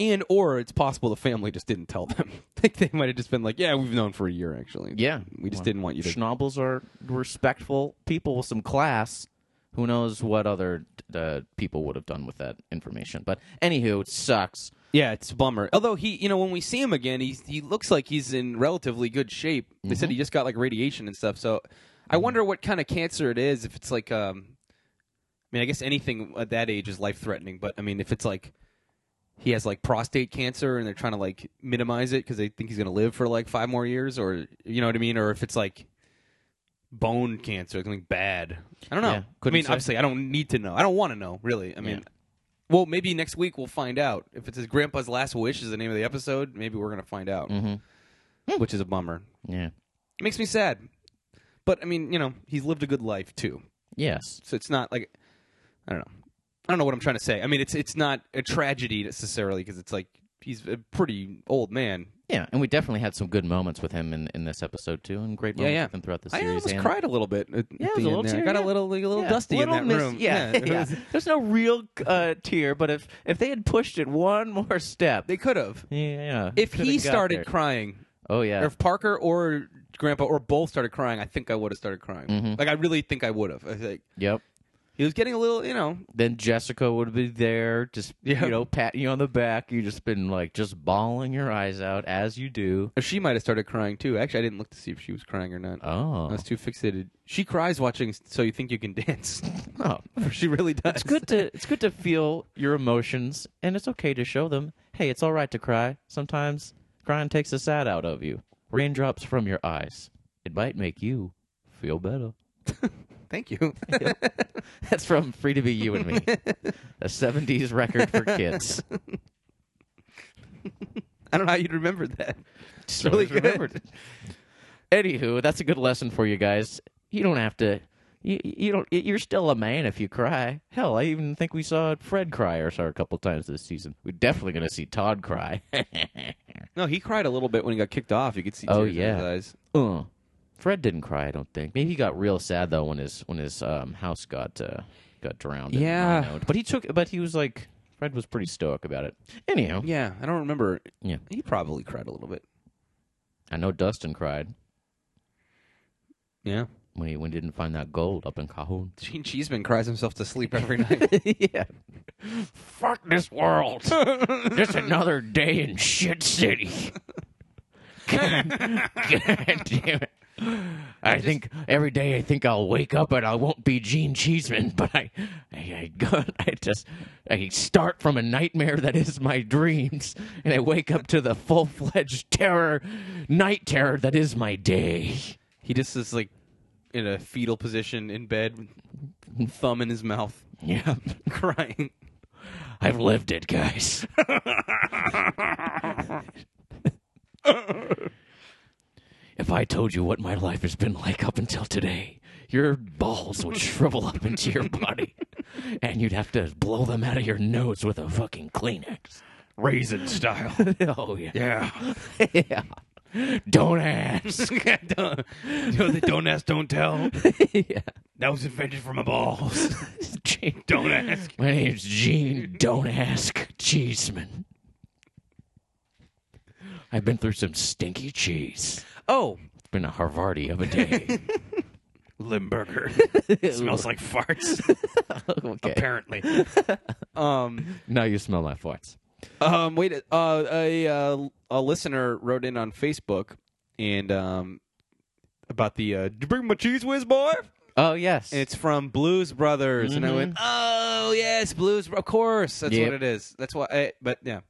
Speaker 2: And or it's possible the family just didn't tell them. <laughs> like they might have just been like, yeah, we've known for a year actually.
Speaker 1: Yeah.
Speaker 2: we just
Speaker 1: Well,
Speaker 2: didn't want you to
Speaker 1: Schnobbles are respectful people with some class. Who knows what other uh, people would have done with that information? But anywho, it sucks.
Speaker 2: Yeah, it's a bummer. Although he, you know, when we see him again, he he looks like he's in relatively good shape. They said he just got like radiation and stuff. So I wonder what kind of cancer it is. If it's like, um, I mean, I guess anything at that age is life threatening. But I mean, if it's like he has like prostate cancer and they're trying to like minimize it because they think he's going to live for like five more years, or you know what I mean, or if it's like bone cancer, something bad. I don't know.
Speaker 1: Yeah,
Speaker 2: I
Speaker 1: couldn't
Speaker 2: mean,
Speaker 1: say.
Speaker 2: obviously, I don't need to know. I don't want to know, really. I mean.
Speaker 1: Yeah.
Speaker 2: Well, maybe next week we'll find out. If it's his grandpa's last wish is the name of the episode, maybe we're going to find out.
Speaker 1: Mm-hmm.
Speaker 2: Which is a bummer.
Speaker 1: Yeah.
Speaker 2: It makes me sad. But I mean, you know, he's lived a good life too.
Speaker 1: Yes.
Speaker 2: So it's not like I don't know. I don't know what I'm trying to say. I mean, it's it's not a tragedy necessarily because it's like he's a pretty old man.
Speaker 1: Yeah, and we definitely had some good moments with him in, in this episode too, and great
Speaker 2: Yeah,
Speaker 1: moments
Speaker 2: yeah.
Speaker 1: with him throughout the
Speaker 2: I
Speaker 1: series.
Speaker 2: almost
Speaker 1: and-
Speaker 2: cried a little bit. At,
Speaker 1: Yeah,
Speaker 2: at
Speaker 1: it was a
Speaker 2: the
Speaker 1: little
Speaker 2: end there. I
Speaker 1: tear,
Speaker 2: got a
Speaker 1: yeah.
Speaker 2: little like, a little
Speaker 1: Yeah,
Speaker 2: dusty
Speaker 1: little
Speaker 2: in that
Speaker 1: mis-
Speaker 2: room.
Speaker 1: Yeah,
Speaker 2: it
Speaker 1: yeah.
Speaker 2: was-
Speaker 1: <laughs> There's no real uh, tear, but if if they had pushed it one more step,
Speaker 2: they could have.
Speaker 1: yeah,
Speaker 2: If
Speaker 1: could've
Speaker 2: he
Speaker 1: got
Speaker 2: started
Speaker 1: there.
Speaker 2: crying,
Speaker 1: oh
Speaker 2: Or
Speaker 1: yeah,
Speaker 2: if Parker or Grandpa or both started crying, I think I would have started crying.
Speaker 1: Mm-hmm.
Speaker 2: Like I really think I would have. I think
Speaker 1: yep.
Speaker 2: he was getting a little, you know.
Speaker 1: Then Jessica would be there, just
Speaker 2: Yeah.
Speaker 1: you know, patting you on the back. You just been like just bawling your eyes out as you do.
Speaker 2: or She might have started crying too. Actually, I didn't look to see if she was crying or not. I
Speaker 1: Oh,
Speaker 2: was too fixated. She cries watching So You Think You
Speaker 1: <laughs>
Speaker 2: Can Dance.
Speaker 1: oh.
Speaker 2: <laughs> she really does.
Speaker 1: it's good to it's good to feel your emotions, and it's okay to show them. Hey, it's all right to cry. Sometimes crying takes the sad out of you. Raindrops from your eyes. It might make you feel better.
Speaker 2: Thank you. <laughs>
Speaker 1: <laughs> That's from Free to Be You and Me, a 70s record for
Speaker 2: <laughs>
Speaker 1: kids.
Speaker 2: I don't know how you'd remember that.
Speaker 1: It's
Speaker 2: really good.
Speaker 1: Anywho, that's a good lesson for you guys. You don't have to you, you don't y- you're still a man if you cry. Hell, I even think we saw Fred cry or saw a couple times this season. We're definitely going to see Todd cry. <laughs>
Speaker 2: No, he cried a little bit when he got kicked off. You could see tears
Speaker 1: Oh,
Speaker 2: in his
Speaker 1: yeah.
Speaker 2: eyes.
Speaker 1: uh, Fred didn't cry, I don't think. Maybe he got real sad though when his when his um, house got uh, got drowned. in
Speaker 2: Yeah.
Speaker 1: Minot. but he took. But he was like Fred was pretty stoic about it. Anyhow,
Speaker 2: Yeah, I don't remember.
Speaker 1: Yeah.
Speaker 2: he probably cried a little bit.
Speaker 1: I know Dustin cried
Speaker 2: Yeah,
Speaker 1: when he when he didn't find that gold up in Cahoon.
Speaker 2: Gene Cheeseman cries himself to sleep every <laughs> night.
Speaker 1: yeah. Fuck this world. Just another day in shit city. God, God damn it. I think every day I think I'll wake up and I won't be Gene Cheeseman, but I, I, I, go, I just, I start from a nightmare that is my dreams, and I wake up to the full fledged terror, night terror that is my day.
Speaker 2: <laughs> he just is like in a fetal position in bed, thumb in his mouth, <laughs>
Speaker 1: Yeah,
Speaker 2: crying.
Speaker 1: I've lived it, guys. if I told you what my life has been like up until today, your balls would shrivel up into your body, and you'd have to blow them out of your nose with a fucking Kleenex.
Speaker 2: Raisin <laughs> style.
Speaker 1: oh yeah,
Speaker 2: Yeah.
Speaker 1: yeah. Don't ask.
Speaker 2: <laughs> don't, don't ask, don't tell.
Speaker 1: yeah.
Speaker 2: That was invented from my balls.
Speaker 1: <laughs> Gene-
Speaker 2: Don't ask.
Speaker 1: My name's Gene. Don't ask Cheeseman. I've been through some stinky cheese.
Speaker 2: Oh,
Speaker 1: It's been a Harvardi of a <laughs> day.
Speaker 2: Limburger. smells like farts,
Speaker 1: okay.
Speaker 2: apparently. um, <laughs>
Speaker 1: Now you smell my farts.
Speaker 2: um, wait, uh, a, uh, a listener wrote in on Facebook and um, about the, uh, did you bring my cheese whiz, boy?
Speaker 1: Oh yes.
Speaker 2: And it's from Blues Brothers. And I went, oh, yes, Blues, Bro- of course. That's
Speaker 1: Yep.
Speaker 2: what it is. That's why, I, but yeah.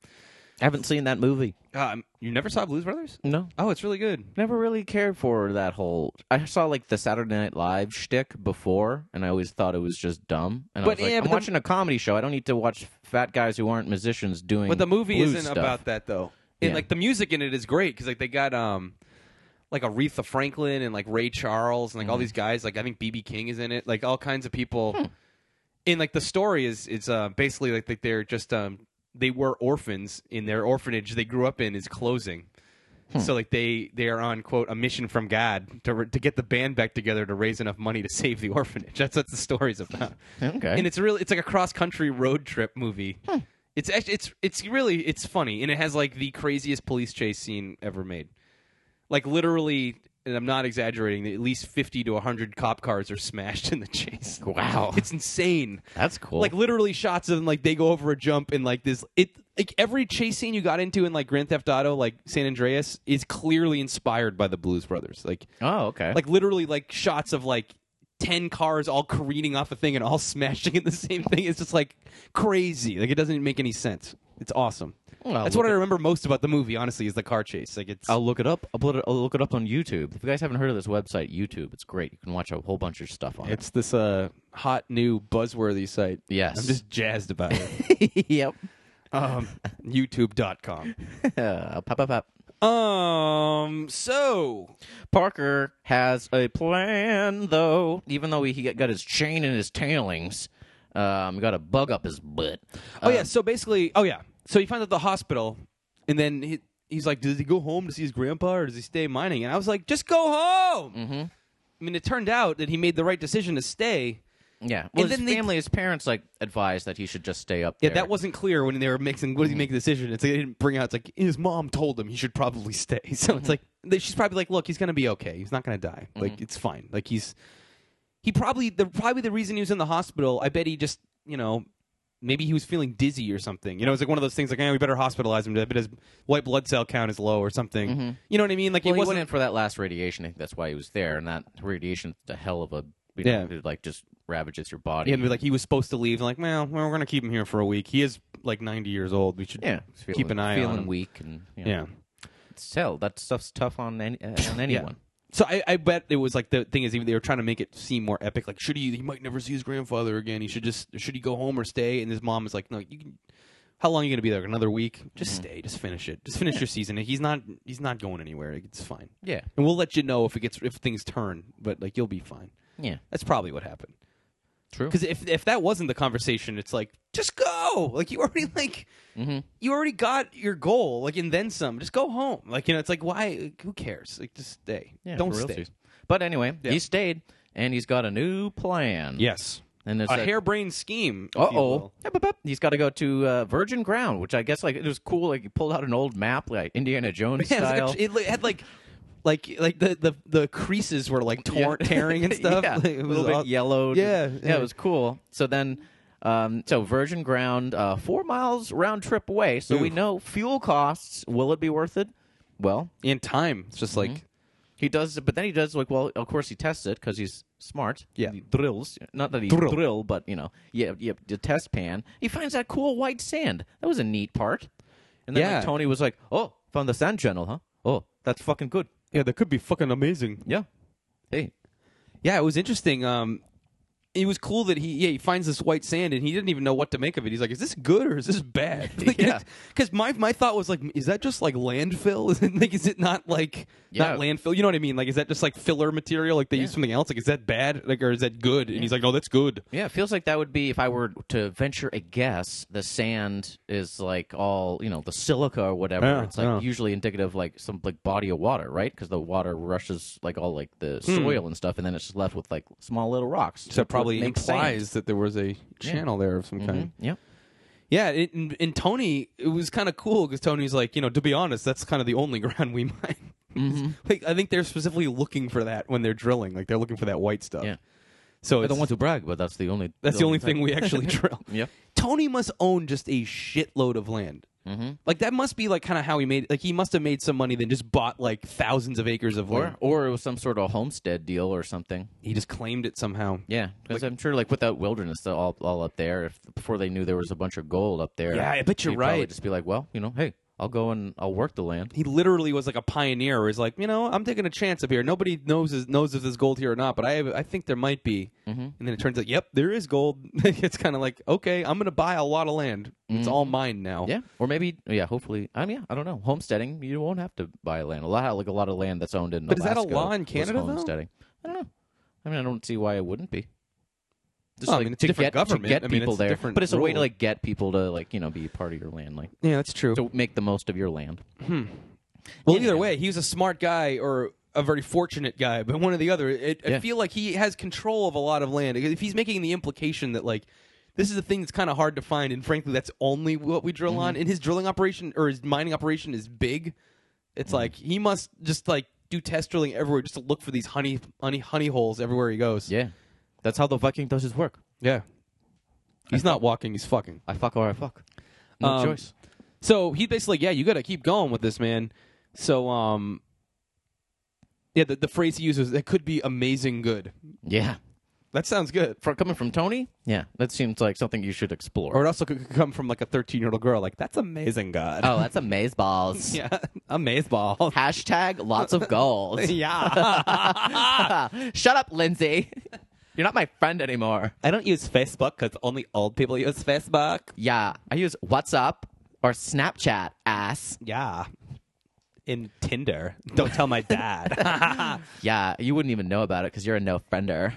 Speaker 1: I haven't seen that movie.
Speaker 2: Um, you never saw Blues Brothers?
Speaker 1: No.
Speaker 2: Oh, it's really good.
Speaker 1: Never really cared for that whole. I saw like the Saturday Night Live shtick before, and I always thought it was just dumb. And
Speaker 2: But,
Speaker 1: I was like,
Speaker 2: yeah,
Speaker 1: I'm
Speaker 2: but the-
Speaker 1: watching a comedy show. I don't need to watch fat guys who aren't musicians doing.
Speaker 2: But the movie
Speaker 1: blues
Speaker 2: isn't
Speaker 1: stuff.
Speaker 2: about that though. And
Speaker 1: Yeah.
Speaker 2: like the music in it is great because like they got um like Aretha Franklin and like Ray Charles and like all
Speaker 1: Mm-hmm.
Speaker 2: these guys. Like I think BB King is in it. Like all kinds of people.
Speaker 1: Hmm.
Speaker 2: And like the story is it's uh, basically like that they're just um they were orphans in their orphanage they grew up in is closing.
Speaker 1: Hmm.
Speaker 2: So like they they are on quote a mission from God to re- to get the band back together to raise enough money to save the orphanage. <laughs> That's what the story's about
Speaker 1: Okay. Hmm.
Speaker 2: and it's really it's like a cross country road trip movie. It's actually it's it's really it's funny, and it has like the craziest police chase scene ever made. Like literally, and I'm not exaggerating. At least fifty to hundred cop cars are smashed in the chase.
Speaker 1: <laughs> wow.
Speaker 2: It's insane.
Speaker 1: That's cool.
Speaker 2: Like literally shots of them, like they go over a jump and like this. It like every chase scene you got into in like Grand Theft Auto, like San Andreas, is clearly inspired by the Blues Brothers. Like
Speaker 1: oh okay.
Speaker 2: <laughs> like literally like shots of like 10 cars all careening off a thing and all <laughs> smashing in the same thing it's just like crazy like it doesn't make any sense it's awesome
Speaker 1: Well, I'll
Speaker 2: that's what
Speaker 1: look Oh,
Speaker 2: i remember most about the movie honestly is the car chase like it's
Speaker 1: I'll look it up. I'll, put it, I'll look it up on YouTube. If you guys haven't heard of this website, YouTube, it's great. You can watch a whole bunch of stuff on
Speaker 2: it's this uh hot new buzzworthy site
Speaker 1: Yes.
Speaker 2: i'm just jazzed about it
Speaker 1: <laughs> it. yep.
Speaker 2: um youtube.com
Speaker 1: Uh, pop, pop, pop.
Speaker 2: um so
Speaker 1: Parker has a plan, though. Even though he he got his chain and his tailings, um, he got a bug up his butt.
Speaker 2: oh yeah so basically oh yeah so he finds out the hospital and then he, he's like does he go home to see his grandpa or does he stay mining and i was like just go home
Speaker 1: Mm-hmm.
Speaker 2: I mean, it turned out that he made the right decision to stay.
Speaker 1: Yeah. Well,
Speaker 2: And
Speaker 1: his
Speaker 2: then they-
Speaker 1: family, his parents, like advised that he should just stay up
Speaker 2: Yeah,
Speaker 1: there.
Speaker 2: that wasn't clear when they were making when he
Speaker 1: Mm-hmm.
Speaker 2: make the decision. It's like they didn't bring out. It's like his mom told him he should probably stay. <laughs> So
Speaker 1: Mm-hmm.
Speaker 2: it's like they- she's probably like, look, he's gonna be okay. He's not gonna die. Like it's fine. Like he's he probably the probably the reason he was in the hospital. I bet he just you know maybe he was feeling dizzy or something. You know, it's like one of those things like, eh, we better hospitalize him. I bet his white blood cell count is low or something. You know what I mean? Like
Speaker 1: Mm-hmm. Well,
Speaker 2: it
Speaker 1: he
Speaker 2: wasn't
Speaker 1: went in for that last radiation. I think that's why he was there, and that radiation's the hell of a you
Speaker 2: Yeah.
Speaker 1: know, it, like just ravages your body.
Speaker 2: Yeah, <laughs> and be like he was supposed to leave. Like, well, we're gonna keep him here for a week. He is like ninety years old. We should
Speaker 1: Yeah,
Speaker 2: keep
Speaker 1: feeling-
Speaker 2: an eye
Speaker 1: feeling
Speaker 2: on him.
Speaker 1: weak and you know,
Speaker 2: Yeah.
Speaker 1: It's hell. That stuff's tough on any,
Speaker 2: <laughs>
Speaker 1: uh, on anyone.
Speaker 2: So I, I bet it was like the thing is even they were trying to make it seem more epic. Like, should he? He might never see his grandfather again. He should just should he go home or stay? And his mom is like, no, you. Can, how long are you gonna be there? Another week? Just
Speaker 1: Mm-hmm.
Speaker 2: stay. Just finish it. Just finish your season. He's not. He's not going anywhere. It's fine.
Speaker 1: Yeah.
Speaker 2: And we'll let you know if it gets if things turn. But like, you'll be fine.
Speaker 1: Yeah,
Speaker 2: That's probably what happened.
Speaker 1: true.
Speaker 2: Because if if that wasn't the conversation, it's like just go. Like you already <laughs> like
Speaker 1: Mm-hmm.
Speaker 2: you already got your goal. Like and then some. Just go home. Like you know, it's like why? Who cares? Like just stay.
Speaker 1: Yeah,
Speaker 2: Don't
Speaker 1: for
Speaker 2: stay.
Speaker 1: realsies. But anyway,
Speaker 2: Yeah.
Speaker 1: he stayed, and he's got a new plan.
Speaker 2: Yes,
Speaker 1: and it's
Speaker 2: a
Speaker 1: like,
Speaker 2: harebrained scheme. if
Speaker 1: Uh
Speaker 2: you
Speaker 1: oh.
Speaker 2: will.
Speaker 1: He's got to go to uh, Virgin Ground, which I guess like it was cool. Like he pulled out an old map, like Indiana Jones
Speaker 2: <laughs> Yeah, it,
Speaker 1: style.
Speaker 2: was like a tr- it li- had like. Like like the, the, the creases were like torn,
Speaker 1: Yeah. <laughs>
Speaker 2: tearing and stuff.
Speaker 1: yeah,
Speaker 2: Like,
Speaker 1: a little bit
Speaker 2: all-
Speaker 1: yellowed.
Speaker 2: Yeah,
Speaker 1: yeah, it was cool. So then, um, so Virgin Ground, uh, four miles round trip away. So we
Speaker 2: Oof.
Speaker 1: know fuel costs. Will it be worth it? Well,
Speaker 2: in time. It's just
Speaker 1: Mm-hmm.
Speaker 2: like
Speaker 1: he does, but then he does like well. Of course, he tests it because he's smart.
Speaker 2: Yeah.
Speaker 1: he drills. Not that he
Speaker 2: Drill.
Speaker 1: drill. but you know, yeah, yeah, the test pan. He finds that cool white sand. That was a neat part. And then like,
Speaker 2: Yeah.
Speaker 1: Tony was like, "Oh, found the sand channel, huh? Oh, that's fucking good.
Speaker 2: yeah, that could be fucking amazing.
Speaker 1: Yeah, hey,
Speaker 2: Yeah, it was interesting. Um, it was cool that he yeah he finds this white sand and he didn't even know what to make of it. He's like, is this good or is this bad? <laughs>
Speaker 1: Yeah.
Speaker 2: because my my thought was like, is that just like landfill? <laughs> Is it, like, is it not like
Speaker 1: Yeah.
Speaker 2: not landfill? You know what I mean? Like, is that just like filler material? Like they use something else? Like, is that bad? Like, or is that good? And he's like, no, that's good.
Speaker 1: Yeah, it feels like that would be if I were to venture a guess. The sand is like all you know, the silica or whatever.
Speaker 2: Yeah,
Speaker 1: it's like
Speaker 2: yeah.
Speaker 1: usually indicative of like some like body of water, right? Because the water rushes like all like the soil and stuff, and then it's just left with like small little rocks.
Speaker 2: Hmm. So
Speaker 1: What
Speaker 2: that probably
Speaker 1: makes
Speaker 2: implies
Speaker 1: sand.
Speaker 2: that there was a channel there of some kind.
Speaker 1: Yeah,
Speaker 2: Yeah, it, and, and Tony, it was kind of cool because Tony's like, you know, to be honest, that's kind of the only <laughs> ground we mine.
Speaker 1: Mm-hmm.
Speaker 2: <laughs> like, I think they're specifically looking for that when they're drilling. Like, they're looking for that white stuff.
Speaker 1: Yeah.
Speaker 2: So
Speaker 1: I
Speaker 2: it's,
Speaker 1: don't want to brag, but that's the only.
Speaker 2: that's the only thing we
Speaker 1: <laughs>
Speaker 2: actually drill.
Speaker 1: Yeah.
Speaker 2: Tony must own just a shitload of land. Mm-hmm. Like that must be like kind of how he made. Like he must have made some money then just bought like thousands of acres of
Speaker 1: Or
Speaker 2: land.
Speaker 1: or it was some sort of homestead deal or something.
Speaker 2: He just claimed it somehow.
Speaker 1: Yeah, because I'm sure like without wilderness, they're all all up there. If before they knew there was a bunch of gold up there.
Speaker 2: Yeah, I bet you're
Speaker 1: you'd probably
Speaker 2: right.
Speaker 1: Just be like, well, you know, hey, I'll go and I'll work the land.
Speaker 2: he literally was like a pioneer. Where he's like, you know, I'm taking a chance up here. Nobody knows is, knows if there's gold here or not, but I have, I think there might be. And then it turns out, yep, there is gold. <laughs> it's kind of like, okay, I'm gonna buy a lot of land. It's all mine now.
Speaker 1: Yeah, or maybe yeah. Hopefully, I mean, yeah, I don't know. Homesteading, you won't have to buy land. A lot, like a lot of land that's owned in.
Speaker 2: But is that a
Speaker 1: Alaska
Speaker 2: law in
Speaker 1: was
Speaker 2: Canada, though?
Speaker 1: Homesteading. I don't know. I mean, I don't see why it wouldn't be. Just
Speaker 2: Well, I
Speaker 1: like
Speaker 2: mean, it's
Speaker 1: to
Speaker 2: different
Speaker 1: get
Speaker 2: government.
Speaker 1: to get
Speaker 2: I mean,
Speaker 1: people
Speaker 2: it's a
Speaker 1: there,
Speaker 2: different
Speaker 1: but it's a way to
Speaker 2: rule.
Speaker 1: like get people to like you know be part of your land, like
Speaker 2: yeah, that's true.
Speaker 1: to make the most of your land.
Speaker 2: well,
Speaker 1: yeah.
Speaker 2: either way, he was a smart guy or a very fortunate guy, but one or the other. It, I
Speaker 1: Yeah.
Speaker 2: feel like he has control of a lot of land. If he's making the implication that like. This is the thing that's kind of hard to find, and frankly, that's only what we
Speaker 1: Mm-hmm.
Speaker 2: drill on. And his drilling operation or his mining operation is big.
Speaker 1: Mm-hmm.
Speaker 2: It's like he must just like do test drilling everywhere just to look for these honey honey honey holes everywhere he goes.
Speaker 1: Yeah, that's how the Viking does his work.
Speaker 2: yeah. He's not walking; he's fucking.
Speaker 1: I fuck or I fuck. No
Speaker 2: Um,
Speaker 1: choice.
Speaker 2: So he's basically like, yeah, you got to keep going with this, man. So, um, yeah, the, the phrase he uses that could be amazing good.
Speaker 1: Yeah,
Speaker 2: That sounds good.
Speaker 1: For, coming from Tony. Yeah, that seems like something you should explore.
Speaker 2: Or it also could could come from like a 13 year old girl. Like, that's amazing God.
Speaker 1: oh, that's <laughs> amazeballs. balls.
Speaker 2: yeah. <laughs> Amazeball.
Speaker 1: Hashtag lots of goals.
Speaker 2: <laughs> yeah.
Speaker 1: Shut up, Lindsay. <laughs> You're not my friend anymore.
Speaker 2: <laughs> I don't use Facebook because only old people use Facebook.
Speaker 1: Yeah, I use WhatsApp or Snapchat, ass.
Speaker 2: Yeah. In Tinder. Don't tell my dad. <laughs>
Speaker 1: Yeah, you wouldn't even know about it because you're a no friender.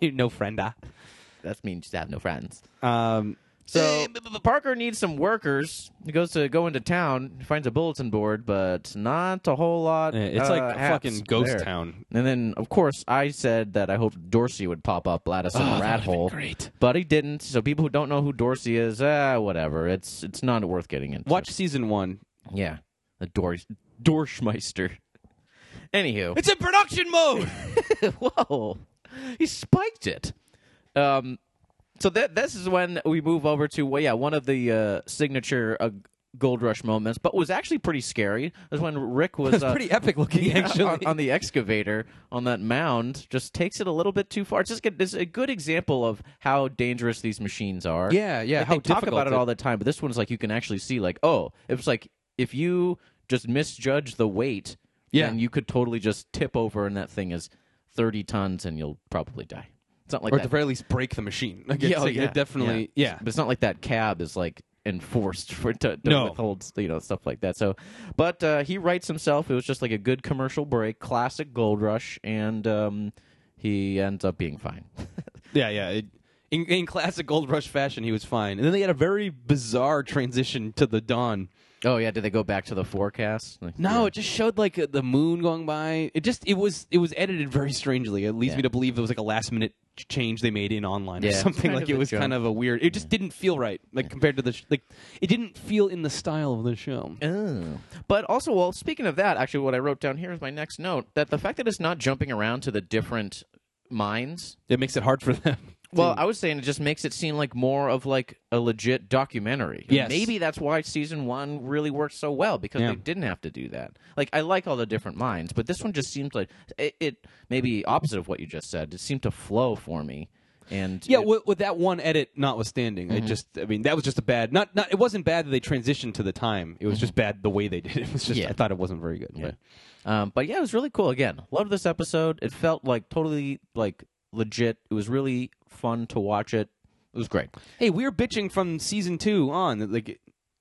Speaker 2: you know, frienda.
Speaker 1: <laughs> that means you have no friends.
Speaker 2: Um,
Speaker 1: So Parker needs some workers. He goes to go into town, finds a bulletin board, but not a whole lot.
Speaker 2: Yeah, eh, it's like
Speaker 1: uh,
Speaker 2: a
Speaker 1: hats
Speaker 2: fucking ghost
Speaker 1: there.
Speaker 2: town.
Speaker 1: And then, of course, I said that I hoped Dorsey would pop up out of some rat hole,
Speaker 2: Oh, great.
Speaker 1: but he didn't. So people who don't know who Dorsey is, ah, whatever. It's it's not worth getting into.
Speaker 2: watch season one.
Speaker 1: Yeah, the Dors Dorschmeister. Anywho,
Speaker 2: It's in production mode.
Speaker 1: whoa, he spiked it. Um, so that this is when we move over to well, yeah, one of the uh, signature uh, gold rush moments, but was actually pretty scary. Is when Rick was <laughs>
Speaker 2: <laughs> It's
Speaker 1: uh,
Speaker 2: pretty epic looking, actually.
Speaker 1: on, on the excavator on that mound, just takes it a little bit too far. It's just good- it's a good example of how dangerous these machines
Speaker 2: <laughs>
Speaker 1: are.
Speaker 2: Yeah, yeah,
Speaker 1: Like,
Speaker 2: how
Speaker 1: they talk
Speaker 2: difficult
Speaker 1: about it
Speaker 2: it-
Speaker 1: all the time, but this one's like you can actually see, like, oh, it was like if you just misjudge the weight,
Speaker 2: Yeah.
Speaker 1: then you could totally just tip over, and that thing is thirty tons, and you'll probably die. It's not like
Speaker 2: or at
Speaker 1: that.
Speaker 2: the very least break the machine. <laughs>
Speaker 1: <laughs>
Speaker 2: Like, it's
Speaker 1: oh,
Speaker 2: like, it definitely, yeah.
Speaker 1: But it's not like that cab is like enforced <laughs> for to, to
Speaker 2: No.
Speaker 1: withhold you know stuff like that. So, but uh, he writes himself. It was just like a good commercial break, classic Gold Rush, and um, he ends up being fine. <laughs>
Speaker 2: Yeah, yeah. It, in, in classic Gold Rush fashion, he was fine. And then they had a very bizarre transition to the dawn.
Speaker 1: oh yeah, did they go back to the forecast? Like,
Speaker 2: No,
Speaker 1: yeah.
Speaker 2: it just showed like uh, the moon going by. It just it was it was edited very strangely. It leads
Speaker 1: Yeah.
Speaker 2: me to believe it was like a last minute ch- change they made in online or
Speaker 1: Yeah.
Speaker 2: something.
Speaker 1: Kind
Speaker 2: Like
Speaker 1: of
Speaker 2: it
Speaker 1: a
Speaker 2: was
Speaker 1: joke.
Speaker 2: kind of a weird. It just didn't feel right. Like compared to the sh- like it didn't feel in the style of the show.
Speaker 1: Oh. But also, well, speaking of that, actually, what I wrote down here is my next note that the fact that it's not jumping around to the different mines.
Speaker 2: It makes it hard for them.
Speaker 1: Well, I was saying it just makes it seem like more of like a legit documentary.
Speaker 2: Yes.
Speaker 1: Maybe that's why season one really worked so well because
Speaker 2: Yeah.
Speaker 1: they didn't have to do that. Like I like all the different minds, but this one just seems like it, it maybe opposite of what you just said. It seemed to flow for me, and
Speaker 2: Yeah,
Speaker 1: it-
Speaker 2: with, with that one edit notwithstanding,
Speaker 1: Mm-hmm.
Speaker 2: I just I mean that was just a bad not not it wasn't bad that they transitioned to the time. It was just bad the way they did it. <laughs> It was just
Speaker 1: Mm-hmm. Yeah.
Speaker 2: I thought it wasn't very good. but-
Speaker 1: Um, but yeah, it was really cool. Again, loved this episode. It felt like totally like legit. It was really fun to watch it. It was great.
Speaker 2: Hey, we were bitching from season two on that like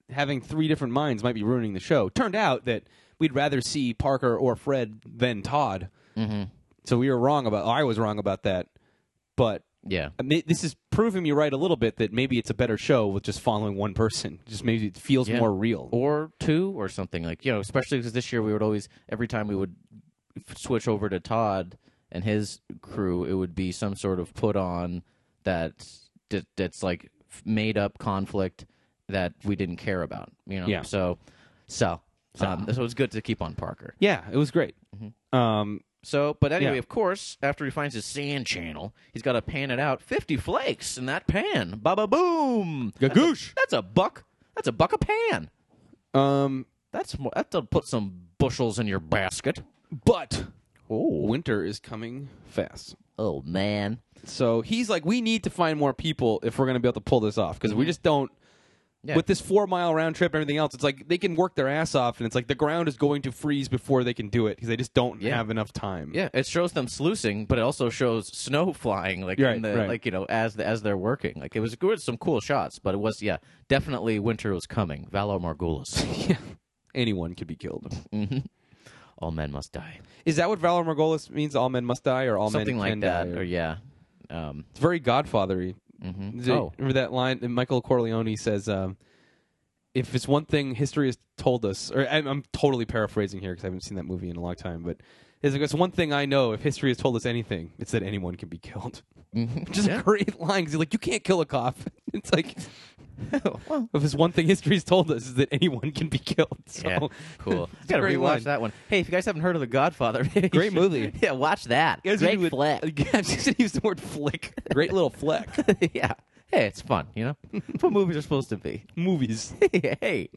Speaker 2: having three different minds might be ruining the show. Turned out that we'd rather see Parker or Fred than Todd.
Speaker 1: Mm-hmm.
Speaker 2: So we were wrong about. I was wrong about that. But
Speaker 1: Yeah,
Speaker 2: I mean, this is proving me right a little bit that maybe it's a better show with just following one person. Just maybe it feels
Speaker 1: Yeah.
Speaker 2: more real.
Speaker 1: or two or something like you know, especially because this year we would always every time we would f- switch over to Todd and his crew, it would be some sort of put on that that- that's like made up conflict that we didn't care about. You know,
Speaker 2: Yeah.
Speaker 1: So, so. Um, so it was good to keep on Parker.
Speaker 2: yeah, it was great.
Speaker 1: Mm-hmm.
Speaker 2: Um,
Speaker 1: So, but anyway,
Speaker 2: Yeah.
Speaker 1: of course, after he finds his sand channel, he's got to pan it out. Fifty flakes in that pan. Baba boom.
Speaker 2: Gagoosh.
Speaker 1: That's a buck. That's a buck a pan.
Speaker 2: um,
Speaker 1: That's mo- that'll put some bushels in your basket.
Speaker 2: but
Speaker 1: Oh,
Speaker 2: winter is coming fast.
Speaker 1: oh man.
Speaker 2: So he's like, we need to find more people if we're going to be able to pull this off because we just don't.
Speaker 1: Mm-hmm. Yeah.
Speaker 2: With this four mile round trip and everything else, it's like they can work their ass off, and it's like the ground is going to freeze before they can do it because they just don't
Speaker 1: Yeah.
Speaker 2: have enough time.
Speaker 1: Yeah, it shows them sluicing, but it also shows snow flying, like
Speaker 2: Right,
Speaker 1: in the,
Speaker 2: right.
Speaker 1: like you know as the, as they're working. Like it was good, some cool shots, but it was yeah, definitely winter was coming. Valor
Speaker 2: <laughs>
Speaker 1: Margulis,
Speaker 2: <laughs> Anyone could be killed.
Speaker 1: all men must die,
Speaker 2: is that what Valor Margolis means? All men must die, or all
Speaker 1: something
Speaker 2: men
Speaker 1: like
Speaker 2: can
Speaker 1: that,
Speaker 2: die?
Speaker 1: or yeah, um,
Speaker 2: It's very Godfathery. Is it- <laughs>
Speaker 1: Oh.
Speaker 2: remember that line? that Michael Corleone says, um, "If it's one thing history has told us," or I'm, I'm totally paraphrasing here because I haven't seen that movie in a long time, but it's, like, it's one thing I know. If history has told us anything, it's that anyone can be killed. Which is a great line because like you can't kill a cop. <laughs> It's like. if it's one thing history's told us is that anyone can be killed. <laughs> So
Speaker 1: <laughs> Yeah,
Speaker 2: <laughs>
Speaker 1: cool.
Speaker 2: it's a
Speaker 1: Gotta
Speaker 2: great
Speaker 1: rewatch
Speaker 2: line.
Speaker 1: that one. Hey, if you guys haven't heard of The Godfather, <laughs> maybe you
Speaker 2: Great
Speaker 1: should-
Speaker 2: movie.
Speaker 1: yeah, watch that.
Speaker 2: You guys
Speaker 1: Great
Speaker 2: would-
Speaker 1: flick.
Speaker 2: <laughs> I'm just gonna use the word flick. Great little flick.
Speaker 1: <laughs> yeah. Hey, it's fun. You know, <laughs> That's what movies are supposed to be. <laughs>
Speaker 2: Movies. <laughs>
Speaker 1: hey,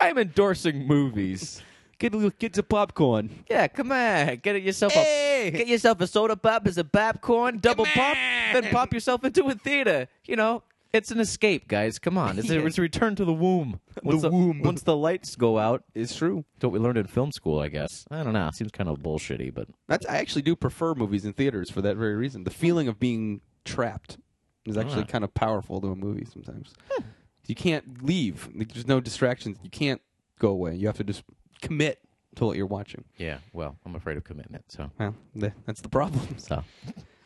Speaker 1: I'm endorsing movies.
Speaker 2: Get get to popcorn.
Speaker 1: Yeah, come on, get it yourself
Speaker 2: Hey!
Speaker 1: a get yourself a soda pop as a popcorn double pop,
Speaker 2: on!
Speaker 1: then pop yourself into a theater. You know, it's an escape, guys. Come on, it's, a, it's a return to the womb. Once
Speaker 2: womb.
Speaker 1: Once the lights go out,
Speaker 2: It's true.
Speaker 1: it's what we learned in film school, I guess. I don't know. It seems kind of bullshitty, but
Speaker 2: That's I actually do prefer movies in theaters for that very reason. The feeling of being trapped is actually
Speaker 1: Alright.
Speaker 2: kind of powerful to a movie sometimes. You can't leave. Like, There's no distractions. You can't go away. You have to just commit to what you're watching.
Speaker 1: yeah. Well, I'm afraid of commitment, so
Speaker 2: Well, th- that's the problem. <laughs>
Speaker 1: so.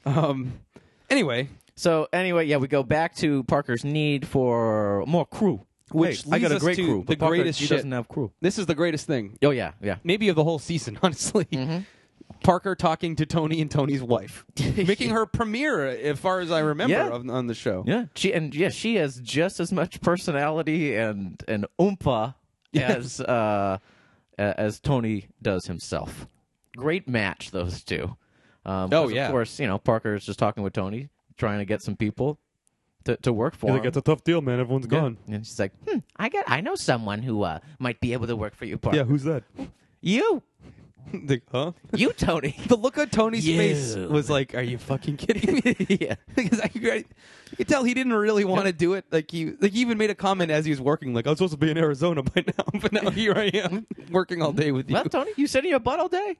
Speaker 2: Um, anyway,
Speaker 1: So anyway, yeah, we go back to Parker's need for more crew.
Speaker 2: Which
Speaker 1: I got
Speaker 2: leads
Speaker 1: a
Speaker 2: us
Speaker 1: great
Speaker 2: to
Speaker 1: crew,
Speaker 2: the
Speaker 1: but Parker,
Speaker 2: greatest
Speaker 1: he
Speaker 2: shit.
Speaker 1: doesn't have crew.
Speaker 2: this is the greatest thing,
Speaker 1: Oh yeah, yeah.
Speaker 2: maybe of the whole season. <laughs> Honestly, Parker talking to Tony and Tony's wife, making her premiere, as far as I remember,
Speaker 1: Yeah.
Speaker 2: on, on the show.
Speaker 1: Yeah, she and yeah, she has just as much personality and and oompa as uh, a- as Tony does himself. Great match those two. Um, 'cause
Speaker 2: yeah.
Speaker 1: of course. You know, Parker is just talking with Tony, trying to get some people to, to work for him.
Speaker 2: a tough deal, man. Everyone's
Speaker 1: Yeah. And she's like, hmm, I got, I know someone who uh, might be able to work for you, Parker.
Speaker 2: who's <laughs> that?
Speaker 1: You,
Speaker 2: like, huh?
Speaker 1: you, Tony.
Speaker 2: The look on Tony's
Speaker 1: You.
Speaker 2: face was like, "Are you fucking kidding me?"
Speaker 1: yeah.
Speaker 2: because I, I you could tell he didn't really want to do it. Like he, like he even made a comment as he was working, like, "I was supposed to be in Arizona by <laughs> now, but now here I am working all day with you."
Speaker 1: Well, Tony, <laughs> you sit in your butt all <laughs> day.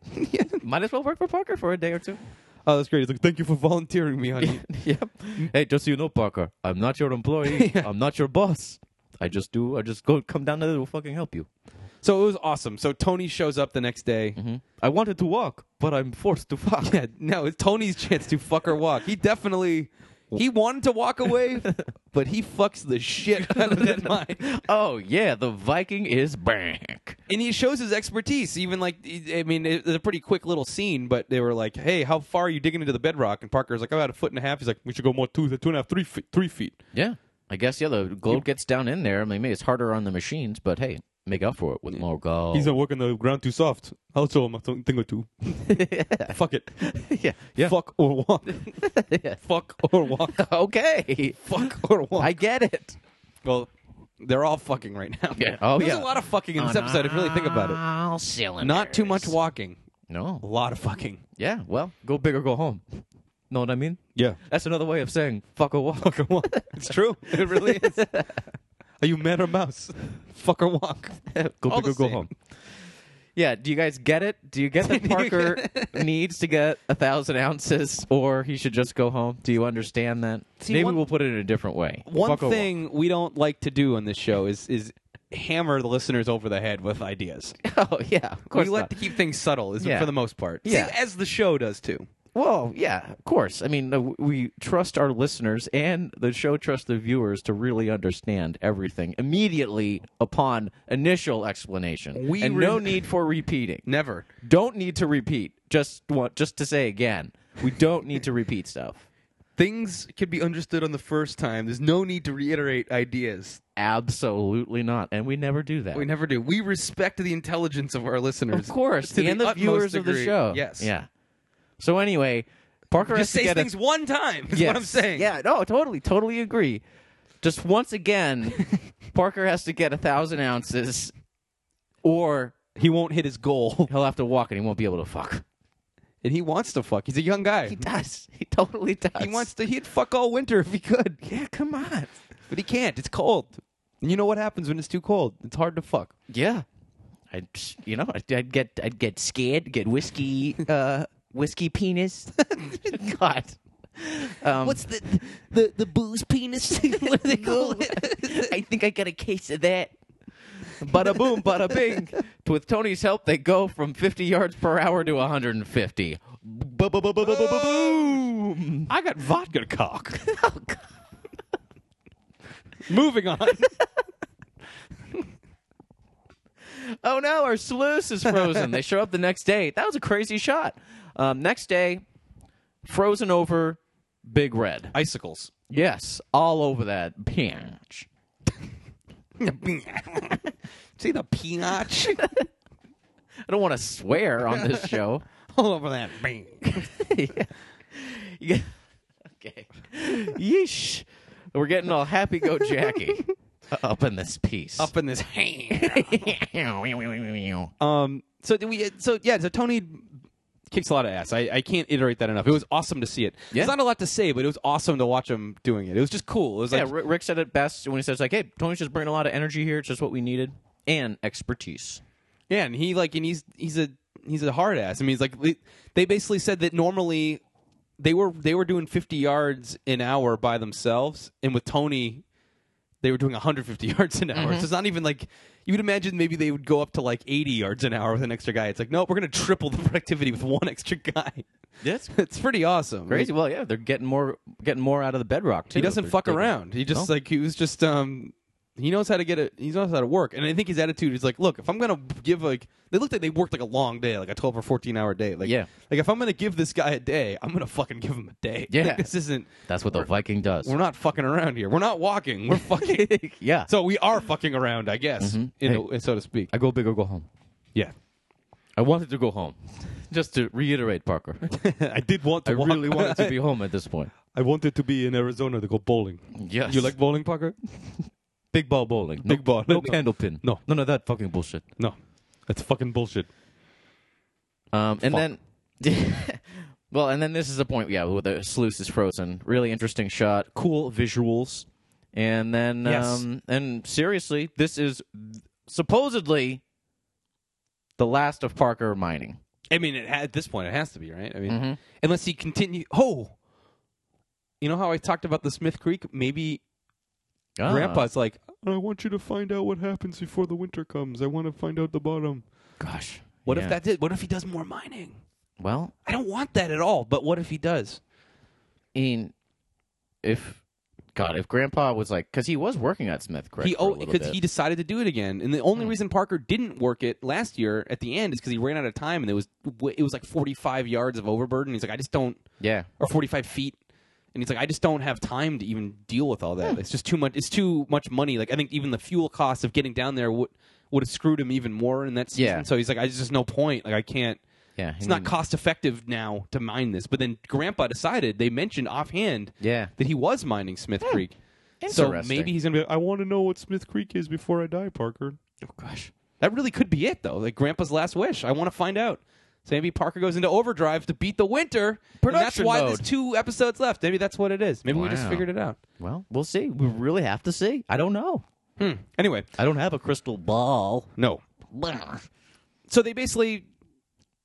Speaker 1: Might as well work for Parker for a day or two.
Speaker 2: Oh, that's great. He's like, "Thank you for volunteering me, honey."
Speaker 1: <laughs> yep. Hey, just so you know, Parker, I'm <laughs> not your employee.
Speaker 2: Yeah.
Speaker 1: I'm not your boss. I just do. I just go come down there to fucking help you.
Speaker 2: So it was awesome. So Tony shows up the next day.
Speaker 1: Hmm? I wanted to walk, but I'm forced to fuck.
Speaker 2: <laughs> Yeah, no, it's Tony's chance to fuck or walk. He definitely he wanted to walk away, but he fucks the shit out of that mine.
Speaker 1: Oh yeah, the Viking is back.
Speaker 2: And he shows his expertise. Even like, I mean, it was a pretty quick little scene, but they were like, "Hey, how far are you digging into the bedrock?" And Parker's like, "I'm about a foot and a half." He's like, "We should go more two, two and a half, three feet, three feet."
Speaker 1: Yeah, I guess yeah. The globe gets down in there. I mean, maybe it's harder on the machines, but hey, make up for it with more gold.
Speaker 2: He's not working the ground too soft. I'll show him a th- thing
Speaker 1: <laughs>
Speaker 2: or two. Fuck it.
Speaker 1: yeah, <laughs> yeah.
Speaker 2: Fuck or
Speaker 1: <laughs>
Speaker 2: walk. Fuck or walk.
Speaker 1: Okay,
Speaker 2: Fuck or
Speaker 1: <laughs>
Speaker 2: walk.
Speaker 1: I get it.
Speaker 2: Well, they're all fucking right now.
Speaker 1: Yeah. Oh,
Speaker 2: There's
Speaker 1: yeah.
Speaker 2: a lot of fucking in this episode. If you really think about it,
Speaker 1: All cylinders.
Speaker 2: not too much walking. A
Speaker 1: No.
Speaker 2: lot of fucking.
Speaker 1: Yeah. Well, go big or go home. Know what I mean?
Speaker 2: Yeah.
Speaker 1: That's another way of saying fuck or walk.
Speaker 2: Fuck or walk. It's true. It really is. Are you man or mouse? Fuck or walk.
Speaker 1: <laughs> go
Speaker 2: All
Speaker 1: big
Speaker 2: the
Speaker 1: or go
Speaker 2: same.
Speaker 1: home. Yeah, do you guys get it? Do you get <laughs> that Parker needs to get a thousand ounces, or he should just go home? Do you understand that?
Speaker 2: See,
Speaker 1: Maybe
Speaker 2: one-
Speaker 1: we'll put it in a different way.
Speaker 2: One
Speaker 1: Fuck a
Speaker 2: thing we don't like to do on this show is is hammer the listeners over the head with ideas.
Speaker 1: wa- <laughs> Oh yeah, of course.
Speaker 2: we like
Speaker 1: not.
Speaker 2: to keep things subtle, is
Speaker 1: Yeah.
Speaker 2: for the most part.
Speaker 1: Yeah.
Speaker 2: See, as the show does too.
Speaker 1: Well, yeah, of course. I mean, uh, w- we trust our listeners and the show trusts the viewers to really understand everything immediately upon initial explanation,
Speaker 2: We
Speaker 1: and
Speaker 2: re-
Speaker 1: no need for repeating.
Speaker 2: Never.
Speaker 1: Don't need to repeat. Just want just to say again, we don't need to repeat stuff.
Speaker 2: Things can be understood on the first time. There's no need to reiterate ideas.
Speaker 1: Absolutely not, and we never do that.
Speaker 2: We never do. We respect the intelligence of our listeners.
Speaker 1: Of course,
Speaker 2: to
Speaker 1: and
Speaker 2: the
Speaker 1: the
Speaker 2: utmost
Speaker 1: viewers of the
Speaker 2: degree.
Speaker 1: show.
Speaker 2: Yes.
Speaker 1: Yeah. So anyway, Parker has
Speaker 2: Just
Speaker 1: to
Speaker 2: say
Speaker 1: get
Speaker 2: things
Speaker 1: a,
Speaker 2: one time. Is what I'm
Speaker 1: Yes.
Speaker 2: saying.
Speaker 1: Yeah. No. Totally. Totally agree. Just once
Speaker 2: <laughs>
Speaker 1: again, Parker has to get a thousand ounces, or
Speaker 2: He won't hit his goal,
Speaker 1: he'll have to walk and he won't be able to fuck.
Speaker 2: and he wants to fuck. He's a young guy.
Speaker 1: He does. He totally does.
Speaker 2: Mm-hmm. He wants to. He'd fuck all winter if he could,
Speaker 1: Yeah. Come on.
Speaker 2: but he can't. It's cold. And you know what happens when it's too cold? It's hard to fuck.
Speaker 1: Yeah. I. would You know. I'd, I'd get. I'd get scared. Get whiskey. Uh. Whiskey penis. God. Um,
Speaker 2: the the the booze penis? <laughs> what do they call it?
Speaker 1: <laughs> I think I got a case of that. Bada boom, bada bing. With Tony's help, they go from 50 yards per hour to 150.
Speaker 2: <laughs>
Speaker 1: Boom!
Speaker 2: I got vodka <laughs> cock. Moving on.
Speaker 1: Oh no, our sluice is frozen. they show up the next day. That was a crazy shot. Um, next day, frozen over, big red.
Speaker 2: Icicles.
Speaker 1: Yes, all over that pinch.
Speaker 2: See the peanut
Speaker 1: I don't want to swear on <laughs> this show.
Speaker 2: <laughs> all over that. <laughs> Bing.
Speaker 1: Yeah. <laughs> okay. Yeesh. We're getting all happy go <laughs> jacky up in this piece.
Speaker 2: Up in this hand.
Speaker 1: yeah.
Speaker 2: Um. So did we. So yeah. So Tony kicks a lot of ass. I, I can't iterate that enough. It was awesome to see it.
Speaker 1: Yeah.
Speaker 2: There's not a lot to say, but it was awesome to watch him doing it. It was just cool. It was like
Speaker 1: Rick Rick said it best when he says like, "Hey, Tony's just bringing a lot of energy here. It's just what we needed and expertise."
Speaker 2: yeah, and he like and he's he's a he's a hard ass. I mean, he's like they- they basically said that normally they were they were doing 50 yards an hour by themselves, and with Tony. They were doing 150 <laughs> yards an hour. So
Speaker 1: Mm-hmm.
Speaker 2: it's not even like you would imagine. Maybe they would go up to like 80 yards an hour with an extra guy. It's like, no, we're going to triple the <laughs> productivity with one extra guy. <laughs>
Speaker 1: That's
Speaker 2: It's pretty awesome.
Speaker 1: <laughs> crazy. Well, yeah, they're getting more getting more out of the bedrock too.
Speaker 2: He doesn't
Speaker 1: They're
Speaker 2: fuck
Speaker 1: digging-
Speaker 2: around. He just
Speaker 1: No.
Speaker 2: like he was just um he knows how to get it. He knows how to work, and I think his attitude is like, look, if I'm gonna give like they looked like they worked like a long day, like a twelve or fourteen hour day. Like
Speaker 1: Yeah.
Speaker 2: like if I'm gonna give this guy a day, I'm gonna fucking give him a day. <laughs>
Speaker 1: Yeah.
Speaker 2: Like, this isn't.
Speaker 1: That's what the Viking does.
Speaker 2: We're not fucking around here. We're not
Speaker 1: <laughs>
Speaker 2: walking. We're fucking.
Speaker 1: yeah.
Speaker 2: so we are fucking around, I guess,
Speaker 1: Mm-hmm.
Speaker 2: in a- so to speak.
Speaker 1: I go big or go home.
Speaker 2: yeah,
Speaker 1: I wanted to go home. <laughs> Just to reiterate, <laughs> Parker,
Speaker 2: <laughs> I did want to.
Speaker 1: I really wanted <laughs> to be home at this point.
Speaker 2: <laughs> I wanted to be in Arizona to go bowling.
Speaker 1: Yes.
Speaker 2: You like bowling, Parker?
Speaker 1: Big ball bowling.
Speaker 2: Big
Speaker 1: no,
Speaker 2: ball.
Speaker 1: No,
Speaker 2: No.
Speaker 1: candle pin.
Speaker 2: No.
Speaker 1: None of that fucking bullshit.
Speaker 2: No, that's fucking bullshit.
Speaker 1: Um, and
Speaker 2: Fuck.
Speaker 1: then, <laughs> well, and then this is the point. Yeah, where the sluice is frozen. Really interesting shot. Cool visuals. And then,
Speaker 2: Yes.
Speaker 1: um, and seriously, this is supposedly the last of Parker mining.
Speaker 2: I mean, it ha- at this point, it has to be right. I mean,
Speaker 1: Mm-hmm.
Speaker 2: unless he continue. Oh, you know how I talked about the Smith Creek? Maybe
Speaker 1: Ah.
Speaker 2: Grandpa's like, I want you to find out what happens before the winter comes. I want to find out the bottom.
Speaker 1: Gosh.
Speaker 2: What
Speaker 1: Yeah.
Speaker 2: if that's it? What if he does more mining?
Speaker 1: Well,
Speaker 2: I don't want that at all. But what if he does?
Speaker 1: in if God, if Grandpa was like, because he was working at Smith Creek.
Speaker 2: he
Speaker 1: for a
Speaker 2: oh
Speaker 1: little
Speaker 2: because
Speaker 1: bit. Hmm.
Speaker 2: he decided to do it again, and the only reason Parker didn't work it last year at the end is because he ran out of time, and it was it was like forty five yards of overburden. He's like, I just don't,
Speaker 1: yeah,
Speaker 2: or forty five feet, and he's like, I just don't have time to even deal with all that. It's just too much. It's too much money. Like I think even the fuel cost of getting down there would would have screwed him even more in that season.
Speaker 1: Yeah.
Speaker 2: So he's like, I there's just no point. Like I can't.
Speaker 1: yeah.
Speaker 2: It's not cost effective now to mine this. But then Grandpa decided. They mentioned offhand
Speaker 1: Yeah.
Speaker 2: that he was mining Smith Creek. So
Speaker 1: Interesting.
Speaker 2: maybe he's gonna be. Like, I want to know what Smith Creek is before I die, Parker. Oh gosh, that really could be it though. Like Grandpa's last wish. I want to find out. So maybe Parker goes into overdrive to beat the winter. and
Speaker 1: Production
Speaker 2: that's why
Speaker 1: mode.
Speaker 2: there's two episodes left. Maybe that's what it is. Maybe we just
Speaker 1: Wow.
Speaker 2: figured it out.
Speaker 1: Well, we'll see. We really have to see. I don't know.
Speaker 2: Hmm. Anyway,
Speaker 1: I don't have a crystal ball.
Speaker 2: no. Um,
Speaker 1: Blah.
Speaker 2: So they basically.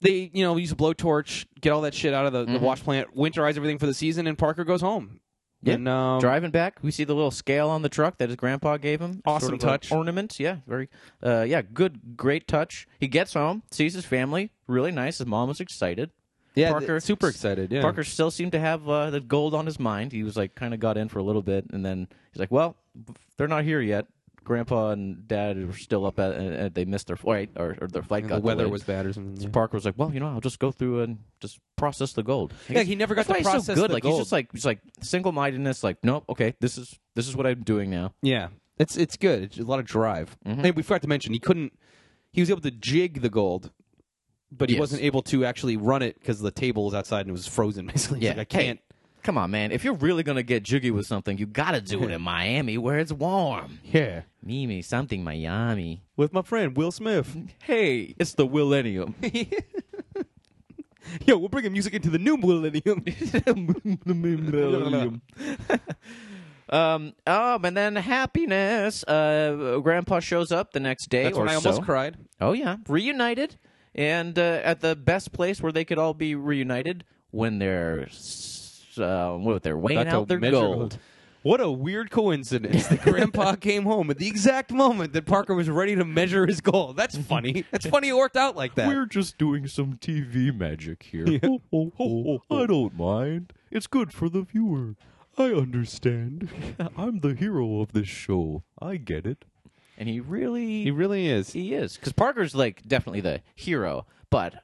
Speaker 2: They, you know, use a blowtorch, get all that shit out of the,
Speaker 1: Mm-hmm.
Speaker 2: the wash plant, winterize everything for the season, and Parker goes home.
Speaker 1: Yeah.
Speaker 2: And, um,
Speaker 1: Driving back, we see the little scale on the truck that his grandpa gave him.
Speaker 2: Awesome
Speaker 1: Sort of a
Speaker 2: touch.
Speaker 1: ornament. Yeah, very. Uh, yeah, good, great touch. He gets home, sees his family. Really nice. His mom was excited.
Speaker 2: Yeah,
Speaker 1: Parker-
Speaker 2: Parker, super excited. Yeah,
Speaker 1: Parker still seemed to have uh, the gold on his mind. He was like, kind of got in for a little bit, and then he's like, "Well, they're not here yet. Grandpa and Dad are still up at, and they missed their flight, or, or their flight
Speaker 2: And
Speaker 1: got
Speaker 2: the weather
Speaker 1: delayed."
Speaker 2: was bad or something. yeah.
Speaker 1: Parker was like, "Well, you know, I'll just go through and just process the gold." I
Speaker 2: Yeah,
Speaker 1: guess-
Speaker 2: he never got
Speaker 1: that's why
Speaker 2: to
Speaker 1: he's so
Speaker 2: process
Speaker 1: good.
Speaker 2: the
Speaker 1: like he's
Speaker 2: gold.
Speaker 1: just like he's like single mindedness. Like, nope, okay, this is this is what I'm doing now.
Speaker 2: Yeah, it's it's good. It's a lot of drive.
Speaker 1: Mm-hmm.
Speaker 2: And we forgot to mention he couldn't. He was able to jig the gold, but he
Speaker 1: Yes.
Speaker 2: wasn't able to actually run it because the table was outside and it was frozen. <laughs> Basically, He's
Speaker 1: Yeah,
Speaker 2: like, I
Speaker 1: hey,
Speaker 2: can't.
Speaker 1: come on, man. If you're really gonna get jiggy with something, you gotta do <laughs> it in Miami where it's warm.
Speaker 2: Yeah,
Speaker 1: Mimi, something Miami.
Speaker 2: with my friend Will Smith.
Speaker 1: Hey, it's the Willennium.
Speaker 2: Yo, we'll bring music into the new <laughs> millennium. <laughs>
Speaker 1: um, <laughs> um, and then happiness. Uh, Grandpa shows up the next day
Speaker 2: That's
Speaker 1: or
Speaker 2: when I
Speaker 1: so.
Speaker 2: almost cried.
Speaker 1: Oh yeah, reunited, and uh, at the best place where they could all be reunited when they're s- uh, what they're weighing
Speaker 2: About to
Speaker 1: out their
Speaker 2: measure
Speaker 1: gold.
Speaker 2: What a weird coincidence <laughs> that Grandpa came home at the exact moment that Parker was ready to measure his gold. That's funny. <laughs> That's funny it worked out like that.
Speaker 3: We're just doing some TV magic <laughs> here. Oh, oh, oh, I don't mind. It's good for the viewer. I understand. <laughs> I'm the hero of this show. I get it.
Speaker 1: And he really,
Speaker 2: He
Speaker 1: he,
Speaker 2: really is.
Speaker 1: is because Parker's like definitely the hero, but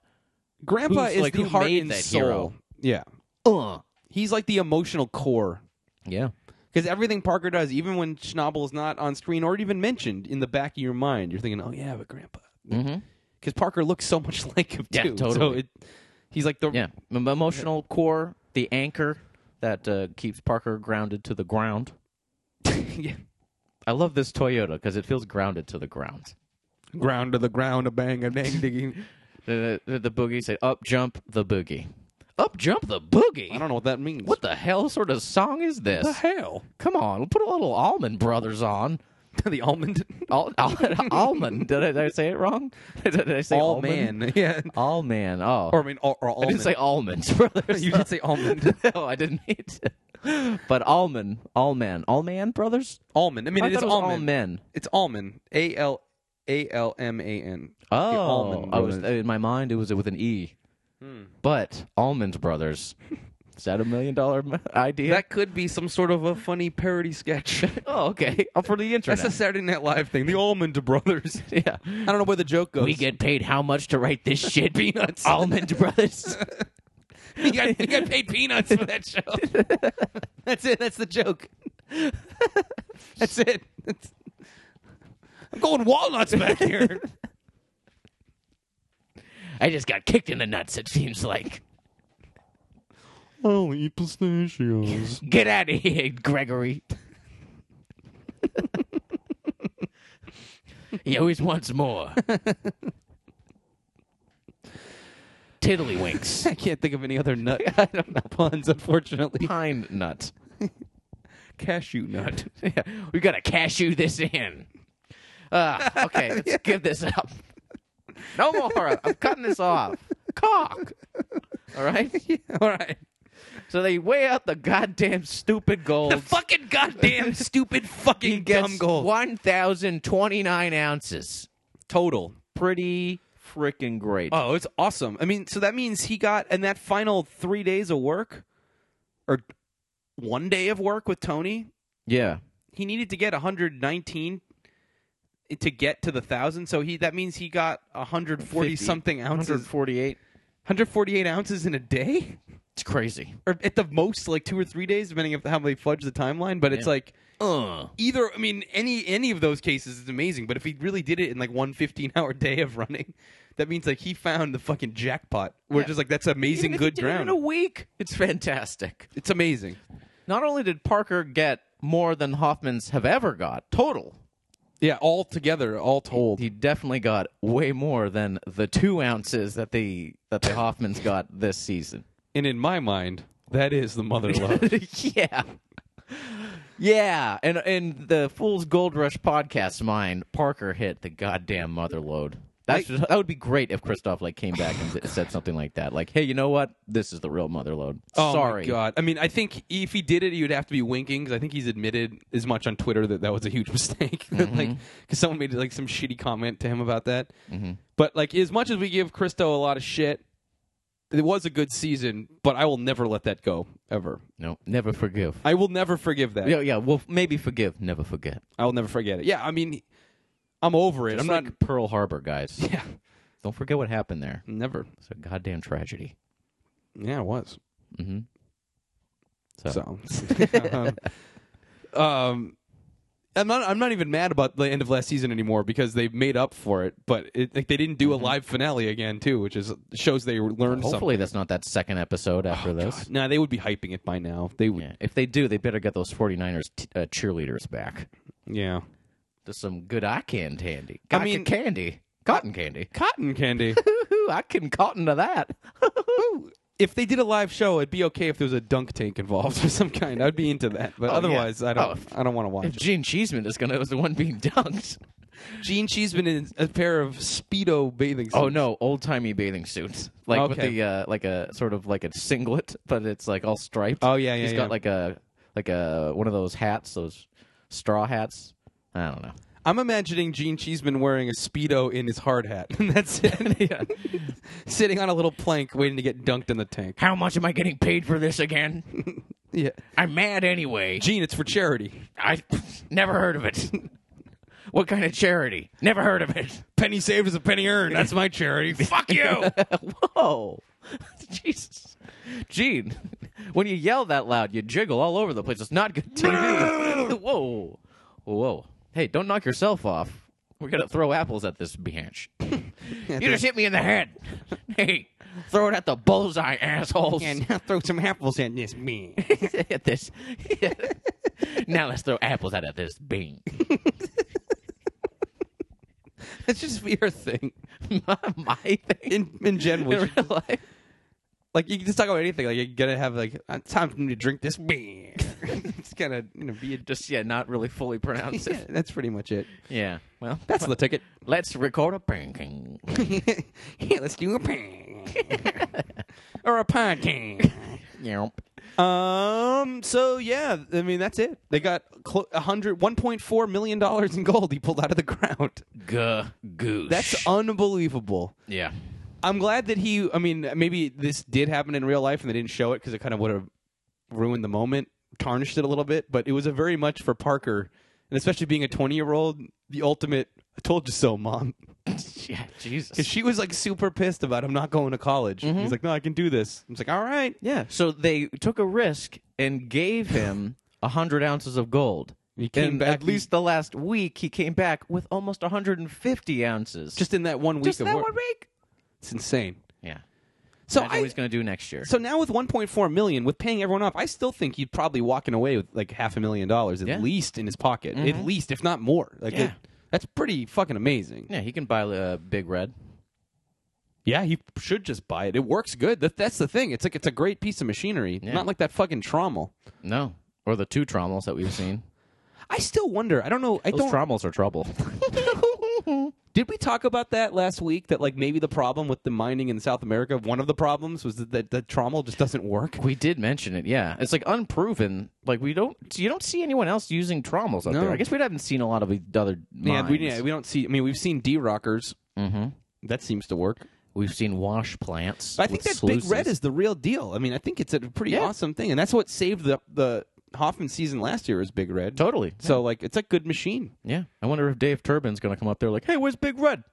Speaker 2: Grandpa
Speaker 1: Who's,
Speaker 2: is
Speaker 1: like,
Speaker 2: the
Speaker 1: who
Speaker 2: heart
Speaker 1: made
Speaker 2: and
Speaker 1: that
Speaker 2: soul.
Speaker 1: hero?
Speaker 2: Yeah,
Speaker 1: uh,
Speaker 2: he's like the emotional core
Speaker 1: yeah,
Speaker 2: because everything Parker does, even when Schnabel is not on screen or even mentioned, in the back of your mind, you're thinking, "Oh yeah, but Grandpa," because
Speaker 1: Mhm.
Speaker 2: Parker looks so much <laughs> like him
Speaker 1: Yeah,
Speaker 2: too. So
Speaker 1: totally.
Speaker 2: it, he's like the
Speaker 1: yeah. M- emotional core, the anchor that uh, keeps Parker grounded to the ground.
Speaker 2: <laughs> yeah.
Speaker 1: I love this Toyota because it feels grounded to the ground.
Speaker 2: ground to the ground, a bang, a dang, digging.
Speaker 1: The, the, the boogie said, "Up jump the boogie, up jump the boogie."
Speaker 2: I don't know what that means.
Speaker 1: What the hell sort of song is this?
Speaker 2: the hell?
Speaker 1: Come on, put a little Almond Brothers on.
Speaker 2: <laughs> the <laughs> almond.
Speaker 1: Al- <laughs> al- almond. Did I, did I say it wrong? <laughs> Did I say
Speaker 2: All
Speaker 1: almond?
Speaker 2: man. <laughs> Yeah.
Speaker 1: All man. Oh,
Speaker 2: Or I mean, all, or
Speaker 1: I
Speaker 2: almond.
Speaker 1: didn't say almonds, brothers. <laughs>
Speaker 2: <laughs> you did say almond.
Speaker 1: no, Oh, I didn't mean to. But almond, all man, all man, brothers.
Speaker 2: almond. I mean,
Speaker 1: I
Speaker 2: it
Speaker 1: thought
Speaker 2: is
Speaker 1: it was all
Speaker 2: almond.
Speaker 1: men.
Speaker 2: It's almond. A L A L M A N.
Speaker 1: Oh,
Speaker 2: The almond
Speaker 1: I was uh,
Speaker 2: brothers.
Speaker 1: in my mind. It was with an E. But almonds, <laughs> brothers. Is that a million dollar idea?
Speaker 2: That could be some sort of a funny parody
Speaker 1: <laughs>
Speaker 2: sketch.
Speaker 1: oh, okay. Oh, for the
Speaker 2: That's
Speaker 1: internet.
Speaker 2: a Saturday Night Live thing. The Almond <laughs> Brothers.
Speaker 1: yeah.
Speaker 2: I don't know where the joke goes.
Speaker 1: <laughs> We get paid how much to write this shit? <laughs>
Speaker 2: Peanuts.
Speaker 1: Almond <laughs> Brothers.
Speaker 2: we, got,
Speaker 1: <laughs>
Speaker 2: we got paid peanuts for that show. That's it. That's the joke. <laughs> That's it. That's- I'm going walnuts back here.
Speaker 1: <laughs> I just got kicked in the nuts, it seems like.
Speaker 3: I'll eat <laughs> pistachios.
Speaker 1: Get out of here, Gregory. he always wants more. Tiddlywinks.
Speaker 2: I can't think of any other nut. <laughs> I don't know puns, unfortunately.
Speaker 1: Pine nut.
Speaker 2: Cashew <laughs> nut.
Speaker 1: Yeah, <laughs> we gotta cashew this in. Uh, okay, let's give this up. No more. I'm cutting this off. Cock. All right.
Speaker 2: All right.
Speaker 1: So they weigh out the goddamn stupid gold.
Speaker 2: The fucking goddamn stupid fucking
Speaker 1: he
Speaker 2: <laughs>
Speaker 1: gets
Speaker 2: dumb goal.
Speaker 1: 1,029 ounces. Uh,
Speaker 2: Total.
Speaker 1: Pretty freaking great.
Speaker 2: Oh, it's awesome. I mean, so that means he got in that final three days of work, or one day of work with Tony,
Speaker 1: yeah.
Speaker 2: he needed to get 119 to get to the thousand. So he that means he got 140
Speaker 1: 50,
Speaker 2: something ounces,
Speaker 1: 148.
Speaker 2: 148 ounces in a day,
Speaker 1: It's crazy.
Speaker 2: or at the most like two or three days, depending on how they fudge the timeline. But it's
Speaker 1: Yeah.
Speaker 2: like
Speaker 1: Uh.
Speaker 2: either I mean any any of those cases is amazing. But if he really did it in like one 15 hour <laughs> day of running, that means like he found the fucking jackpot. We're
Speaker 1: Yeah.
Speaker 2: just like that's
Speaker 1: Even
Speaker 2: amazing,
Speaker 1: if
Speaker 2: good
Speaker 1: you did it
Speaker 2: ground.
Speaker 1: In a week. It's fantastic.
Speaker 2: it's amazing.
Speaker 1: Not only did Parker get more than Hoffman's have ever got total,
Speaker 2: Yeah, all together, all told.
Speaker 1: he definitely got way more than the two ounces that the that the Hoffmans got this season.
Speaker 2: and in my mind, that is the <laughs> mother love.
Speaker 1: <laughs> yeah. Yeah, and in the Fool's Gold Rush podcast mind, Parker hit the goddamn mother load. That's just- that would be great if Christoph like came back and said something like that. Like, hey, you know what? This is the real mother load.
Speaker 2: Oh
Speaker 1: Sorry.
Speaker 2: my god! I mean, I think if he did it, he would have to be winking because I think he's admitted as much on Twitter that that was a huge <laughs> mistake. That,
Speaker 1: Mm-hmm.
Speaker 2: like, because someone made like some shitty comment to him about that. But like, as much as we give Christo a lot of shit, it was a good season. But I will never let that go ever.
Speaker 1: No, never forgive.
Speaker 2: I will never forgive that.
Speaker 1: Yeah, yeah. Well, maybe forgive, never forget.
Speaker 2: I will never forget it. Yeah, I mean, I'm over it.
Speaker 1: It's
Speaker 2: I'm
Speaker 1: like
Speaker 2: not. <laughs>
Speaker 1: Pearl Harbor, guys.
Speaker 2: Yeah,
Speaker 1: Don't forget what happened there.
Speaker 2: never.
Speaker 1: It's a goddamn tragedy.
Speaker 2: Yeah, it was.
Speaker 1: hmm
Speaker 2: So, <laughs> um, um, I'm not. I'm not even mad about the end of last season anymore because they made up for it. But it, like, they didn't do a live finale again too, which is shows they learned
Speaker 1: Mm-hmm.
Speaker 2: Oh,
Speaker 1: Hopefully, that's not that second episode after this.
Speaker 2: something. Nah, they would be hyping it by now. They would.
Speaker 1: Yeah. If they do, they better get those 49ers t- uh, cheerleaders back.
Speaker 2: Yeah.
Speaker 1: There's some good eye can candy.
Speaker 2: I
Speaker 1: Gotcha
Speaker 2: mean-
Speaker 1: candy. Cotton candy. <laughs>
Speaker 2: Cotton candy.
Speaker 1: Hoo-hoo, I can cotton to <laughs> that.
Speaker 2: if they did a live show, it'd be okay if there was a dunk tank involved or some kind. I'd be into that. But
Speaker 1: yeah.
Speaker 2: otherwise, I
Speaker 1: Oh,
Speaker 2: don't.
Speaker 1: if-
Speaker 2: I don't want to watch.
Speaker 1: if
Speaker 2: it.
Speaker 1: Gene Cheeseman is gonna was the one being dunked.
Speaker 2: Gene Cheeseman in a pair of speedo bathing suits.
Speaker 1: Oh no, old timey bathing suits. Like with
Speaker 2: Okay.
Speaker 1: the uh, like a sort of like a singlet, but it's like all striped.
Speaker 2: Oh, yeah, yeah,
Speaker 1: He's
Speaker 2: yeah.
Speaker 1: got like a like a one of those hats, those straw hats. I don't know.
Speaker 2: I'm imagining Gene Cheeseman wearing a speedo in his hard hat, <laughs> and that's it. <laughs> Sitting on a little plank, waiting to get dunked in the tank.
Speaker 1: How much am I getting paid for this again?
Speaker 2: Yeah,
Speaker 1: I'm mad anyway.
Speaker 2: Gene, it's for charity.
Speaker 1: I never heard of it. what kind of charity? Never <laughs> heard of it.
Speaker 2: Penny saved is a penny earned. That's my
Speaker 1: <laughs>
Speaker 2: charity. Fuck you.
Speaker 1: Whoa. <laughs> Jesus. Gene, when you yell that loud, you jiggle all over the place. It's not good TV. <laughs> Whoa. Whoa. Hey, don't knock yourself off. We're going to throw apples at this bitch. <laughs> you just hit me in the head. <laughs> Hey, throw it at the bullseye, assholes. <laughs>
Speaker 2: and now throw some apples at this <laughs> man.
Speaker 1: at this. <laughs> now let's throw apples out at this bean. <laughs>
Speaker 2: That's just your thing.
Speaker 1: my, my thing.
Speaker 2: In <laughs> in general,
Speaker 1: In real life.
Speaker 2: like you can just talk about anything. Like you gotta have like "Uh, time for me to drink this <laughs> beer. it's gotta you know be a.
Speaker 1: Just, yeah, not really fully pronounce
Speaker 2: <laughs> Yeah,
Speaker 1: it.
Speaker 2: that's pretty much it.
Speaker 1: Yeah. Well,
Speaker 2: That's the ticket.
Speaker 1: let's record a banking.
Speaker 2: <laughs> yeah, let's do a pan <laughs> or a podcast.
Speaker 1: Yelp.
Speaker 2: Um. So yeah, I mean that's it. They got cl- a hundred, one point four million dollars in gold. He pulled out of the ground. <laughs>
Speaker 1: G- goose.
Speaker 2: That's unbelievable.
Speaker 1: yeah.
Speaker 2: I'm glad that he. I mean, maybe this did happen in real life and they didn't show it because it kind of would have ruined the moment, tarnished it a little bit. But it was a very much for Parker, and especially being a 20 year old, the ultimate. I told you so, mom.
Speaker 1: <laughs>
Speaker 2: <laughs>
Speaker 1: Yeah.
Speaker 2: Because
Speaker 1: Jesus.
Speaker 2: she was like super pissed about him not going to college.
Speaker 1: Mm-hmm.
Speaker 2: He's like, no, I can do this. I was like, all right, yeah.
Speaker 1: So they took a risk and gave <sighs> him a hundred ounces of gold.
Speaker 2: He came
Speaker 1: and
Speaker 2: back-
Speaker 1: at least the last week, he came back with almost 150 ounces.
Speaker 2: Just in that one week
Speaker 1: Just
Speaker 2: of
Speaker 1: that
Speaker 2: work,
Speaker 1: one week.
Speaker 2: it's insane.
Speaker 1: Yeah.
Speaker 2: So
Speaker 1: Imagine
Speaker 2: I,
Speaker 1: what he's going to do next year.
Speaker 2: So now with 1.4 million, with paying everyone off, I still think he'd probably walking away with like half a million dollars at
Speaker 1: Yeah. Mm-hmm.
Speaker 2: least in his pocket, at least if not more. Like
Speaker 1: Yeah.
Speaker 2: it- that's pretty fucking amazing.
Speaker 1: yeah, he can buy a big red.
Speaker 2: Yeah, he should just buy it. It works good. That, that's the thing. It's like it's a great piece of machinery. Not like that fucking trommel.
Speaker 1: No. Or the two trommels that we've seen.
Speaker 2: I still wonder. I don't know. I
Speaker 1: Those <laughs>
Speaker 2: don't.
Speaker 1: trommels are trouble.
Speaker 2: Did we talk about that last week? That like maybe the problem with the mining in South America, one of the problems was that that, that trommel just doesn't work.
Speaker 1: We did mention it, yeah. It's like unproven. Like we don't, you don't see anyone else using trommels out
Speaker 2: No.
Speaker 1: there. I guess we haven't seen a lot of the other.
Speaker 2: Yeah, we,
Speaker 1: mines.
Speaker 2: yeah, we don't see. I mean, we've seen D rockers.
Speaker 1: hmm
Speaker 2: That seems to work.
Speaker 1: We've seen wash plants.
Speaker 2: But I think
Speaker 1: with
Speaker 2: that Big Red
Speaker 1: sluices.
Speaker 2: is the real deal. I mean, I think it's a pretty
Speaker 1: Yeah.
Speaker 2: awesome thing, and that's what saved the the Hoffman season last year was Big Red.
Speaker 1: totally.
Speaker 2: So like, it's a good machine.
Speaker 1: Yeah, I wonder if Dave Turbin's going to come up there like, "Hey, where's Big Red?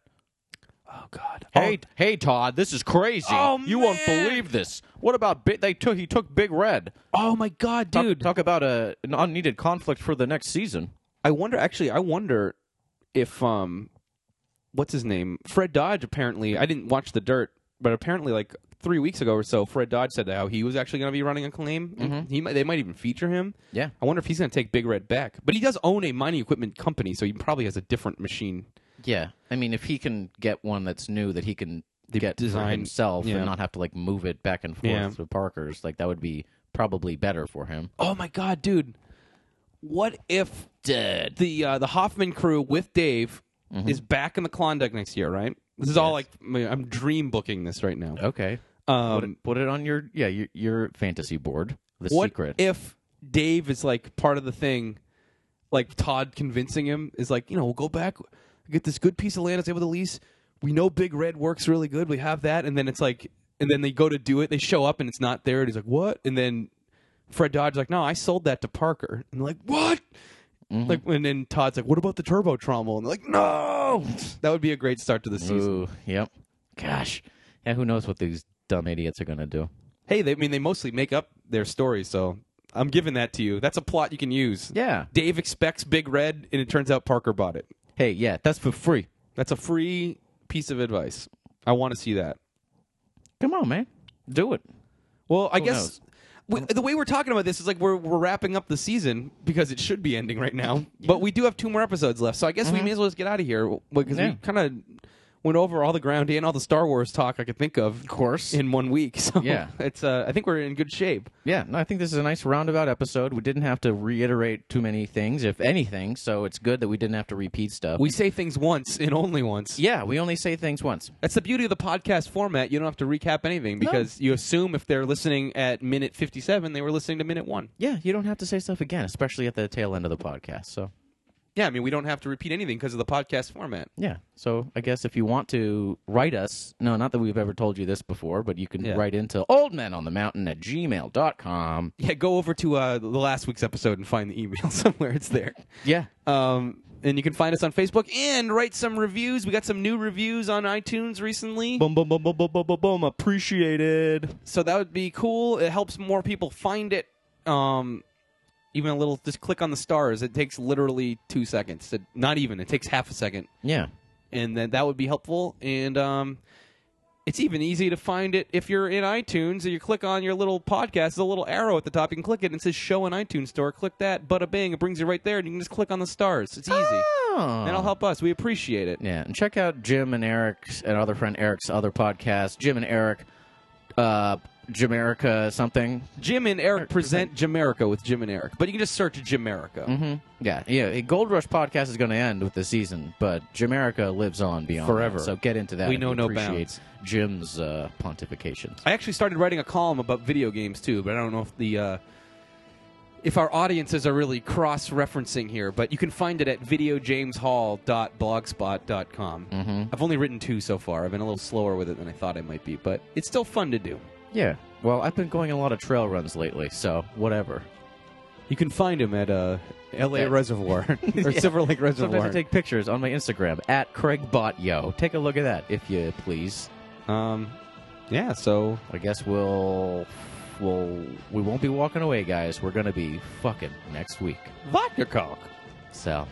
Speaker 2: Oh God.
Speaker 1: Hey, hey, Todd, this is crazy.
Speaker 2: Oh,
Speaker 1: you won't
Speaker 2: man.
Speaker 1: believe this. What about Bi- they took? He took Big Red,
Speaker 2: Oh, my God,
Speaker 1: Talk-
Speaker 2: dude.
Speaker 1: Talk, about a, an unneeded conflict for the next season.
Speaker 2: I wonder. Actually, I wonder if um, what's his name? Fred Dodge. Apparently, I didn't watch the dirt, but apparently, like three weeks ago or so, Fred Dodge said that how he was actually going to be running a claim. He might, they might even feature him.
Speaker 1: Mm-hmm. Yeah.
Speaker 2: I wonder if he's going to take Big Red back. But he does own a mining equipment company, so he probably has a different machine.
Speaker 1: Yeah, I mean, if he can get one that's new that he can get for
Speaker 2: design-
Speaker 1: himself
Speaker 2: yeah.
Speaker 1: and not have to like move it back and forth
Speaker 2: Yeah.
Speaker 1: to Parker's, like that would be probably better for him.
Speaker 2: Oh my God, dude! What if
Speaker 1: Dead.
Speaker 2: the uh, the Hoffman crew with Dave is back in the Klondike next year? Right. This is all like I'm dream booking this right now.
Speaker 1: Okay.
Speaker 2: Um,
Speaker 1: put, it, put it on your yeah your, your fantasy board. The
Speaker 2: what
Speaker 1: secret.
Speaker 2: if Dave is like part of the thing, like Todd convincing him is like, you know, we'll go back, get this good piece of land that's able to lease. We know Big Red works really good. We have that, and then it's like, and then they go to do it. They show up and it's not there. And he's like, what? And then Fred Dodge's like, no, I sold that to Parker. And they're like, what?
Speaker 1: Mm-hmm.
Speaker 2: Like, and then Todd's like, what about the turbo trommel? And they're like, no. That would be a great start to the season.
Speaker 1: Ooh, yep. Gosh. Yeah, who knows what these dumb idiots are going to do.
Speaker 2: Hey, they I mean they mostly make up their stories, so I'm giving that to you. That's a plot you can use.
Speaker 1: Yeah.
Speaker 2: Dave expects Big Red, and it turns out Parker bought it.
Speaker 1: Hey, yeah, that's for free.
Speaker 2: That's a free piece of advice. I want to see that.
Speaker 1: Come on, man. Do it.
Speaker 2: Well, I guess
Speaker 1: knows?
Speaker 2: w the way we're talking about this is like we're we're wrapping up the season because it should be ending right now, but we do have two more episodes left, so I guess we may as well just get out of here because
Speaker 1: Uh-huh. Yeah.
Speaker 2: we kind of went over all the ground and all the Star Wars talk I could think of.
Speaker 1: course.
Speaker 2: In one week, <laughs> so
Speaker 1: Yeah.
Speaker 2: it's. Uh, I think we're in good shape.
Speaker 1: yeah, no, I think this is a nice roundabout episode. We didn't have to reiterate too many things, if anything, so it's good that we didn't have to repeat stuff.
Speaker 2: We say things once and only once.
Speaker 1: yeah, we only say things once.
Speaker 2: That's the beauty of the podcast format. You don't have to recap anything because you assume if they're listening at minute 57, they were listening to minute one.
Speaker 1: Yeah, you don't have to say stuff again, especially at the tail end of the podcast. So,
Speaker 2: Yeah, I mean, we don't have to repeat anything because of the podcast format.
Speaker 1: yeah. So, I guess if you want to write us, no, not that we've ever told you this before, but you can
Speaker 2: Yeah.
Speaker 1: write into oldmenonthemountain at gmail.com.
Speaker 2: Yeah, go over to uh, the last week's episode and find the email <laughs> somewhere. It's there.
Speaker 1: Yeah.
Speaker 2: Um, and you can find us on Facebook and write some reviews. We got some new reviews on iTunes recently.
Speaker 3: Boom, boom, boom, boom, boom, boom, boom, boom. Appreciated.
Speaker 2: So that would be cool. It helps more people find it. Um, even a little, just click on the stars. It takes literally two seconds. It, not even, it takes half a second.
Speaker 1: Yeah.
Speaker 2: and then that would be helpful. And um, it's even easy to find it if you're in iTunes and you click on your little podcast. There's a little arrow at the top. You can click it and it says "Show in iTunes Store." Click that, but a bing, it brings you right there, and you can just click on the stars. It's easy.
Speaker 1: Oh.
Speaker 2: That'll help us. We appreciate it.
Speaker 1: Yeah, and check out Jim and Eric's and other friend Eric's other podcast, Jim and Eric, uh, Jamerica something.
Speaker 2: Jim and Eric present Jamerica with Jim and Eric, but you can just search Jamerica.
Speaker 1: hmm Yeah, yeah. a Gold Rush podcast is going to end with the season, but Jamerica lives on beyond
Speaker 2: Forever.
Speaker 1: that. so get into that.
Speaker 2: We
Speaker 1: if
Speaker 2: know
Speaker 1: you
Speaker 2: no
Speaker 1: appreciate Jim's uh, pontifications.
Speaker 2: I actually started writing a column about video games too, but I don't know if the uh, if our audiences are really cross-referencing here. But you can find it at videojameshall.blogspot.com. Mm-hmm. I've only written two so far. I've been a little slower with it than I thought I might be, but it's still fun to do.
Speaker 1: Yeah. Well, I've been going on a lot of trail runs lately, so whatever.
Speaker 2: You can find him at uh, L.A.
Speaker 1: Yeah.
Speaker 2: Reservoir
Speaker 1: <laughs>
Speaker 2: or Silver Lake
Speaker 1: Sometimes I
Speaker 2: Reservoir.
Speaker 1: take pictures on my Instagram at CraigBotYo. Take a look at that, if you please.
Speaker 2: um, yeah. So
Speaker 1: I guess we'll we'll we won't be walking away, guys. We're gonna be fucking next week.
Speaker 2: vodka cock.
Speaker 1: So.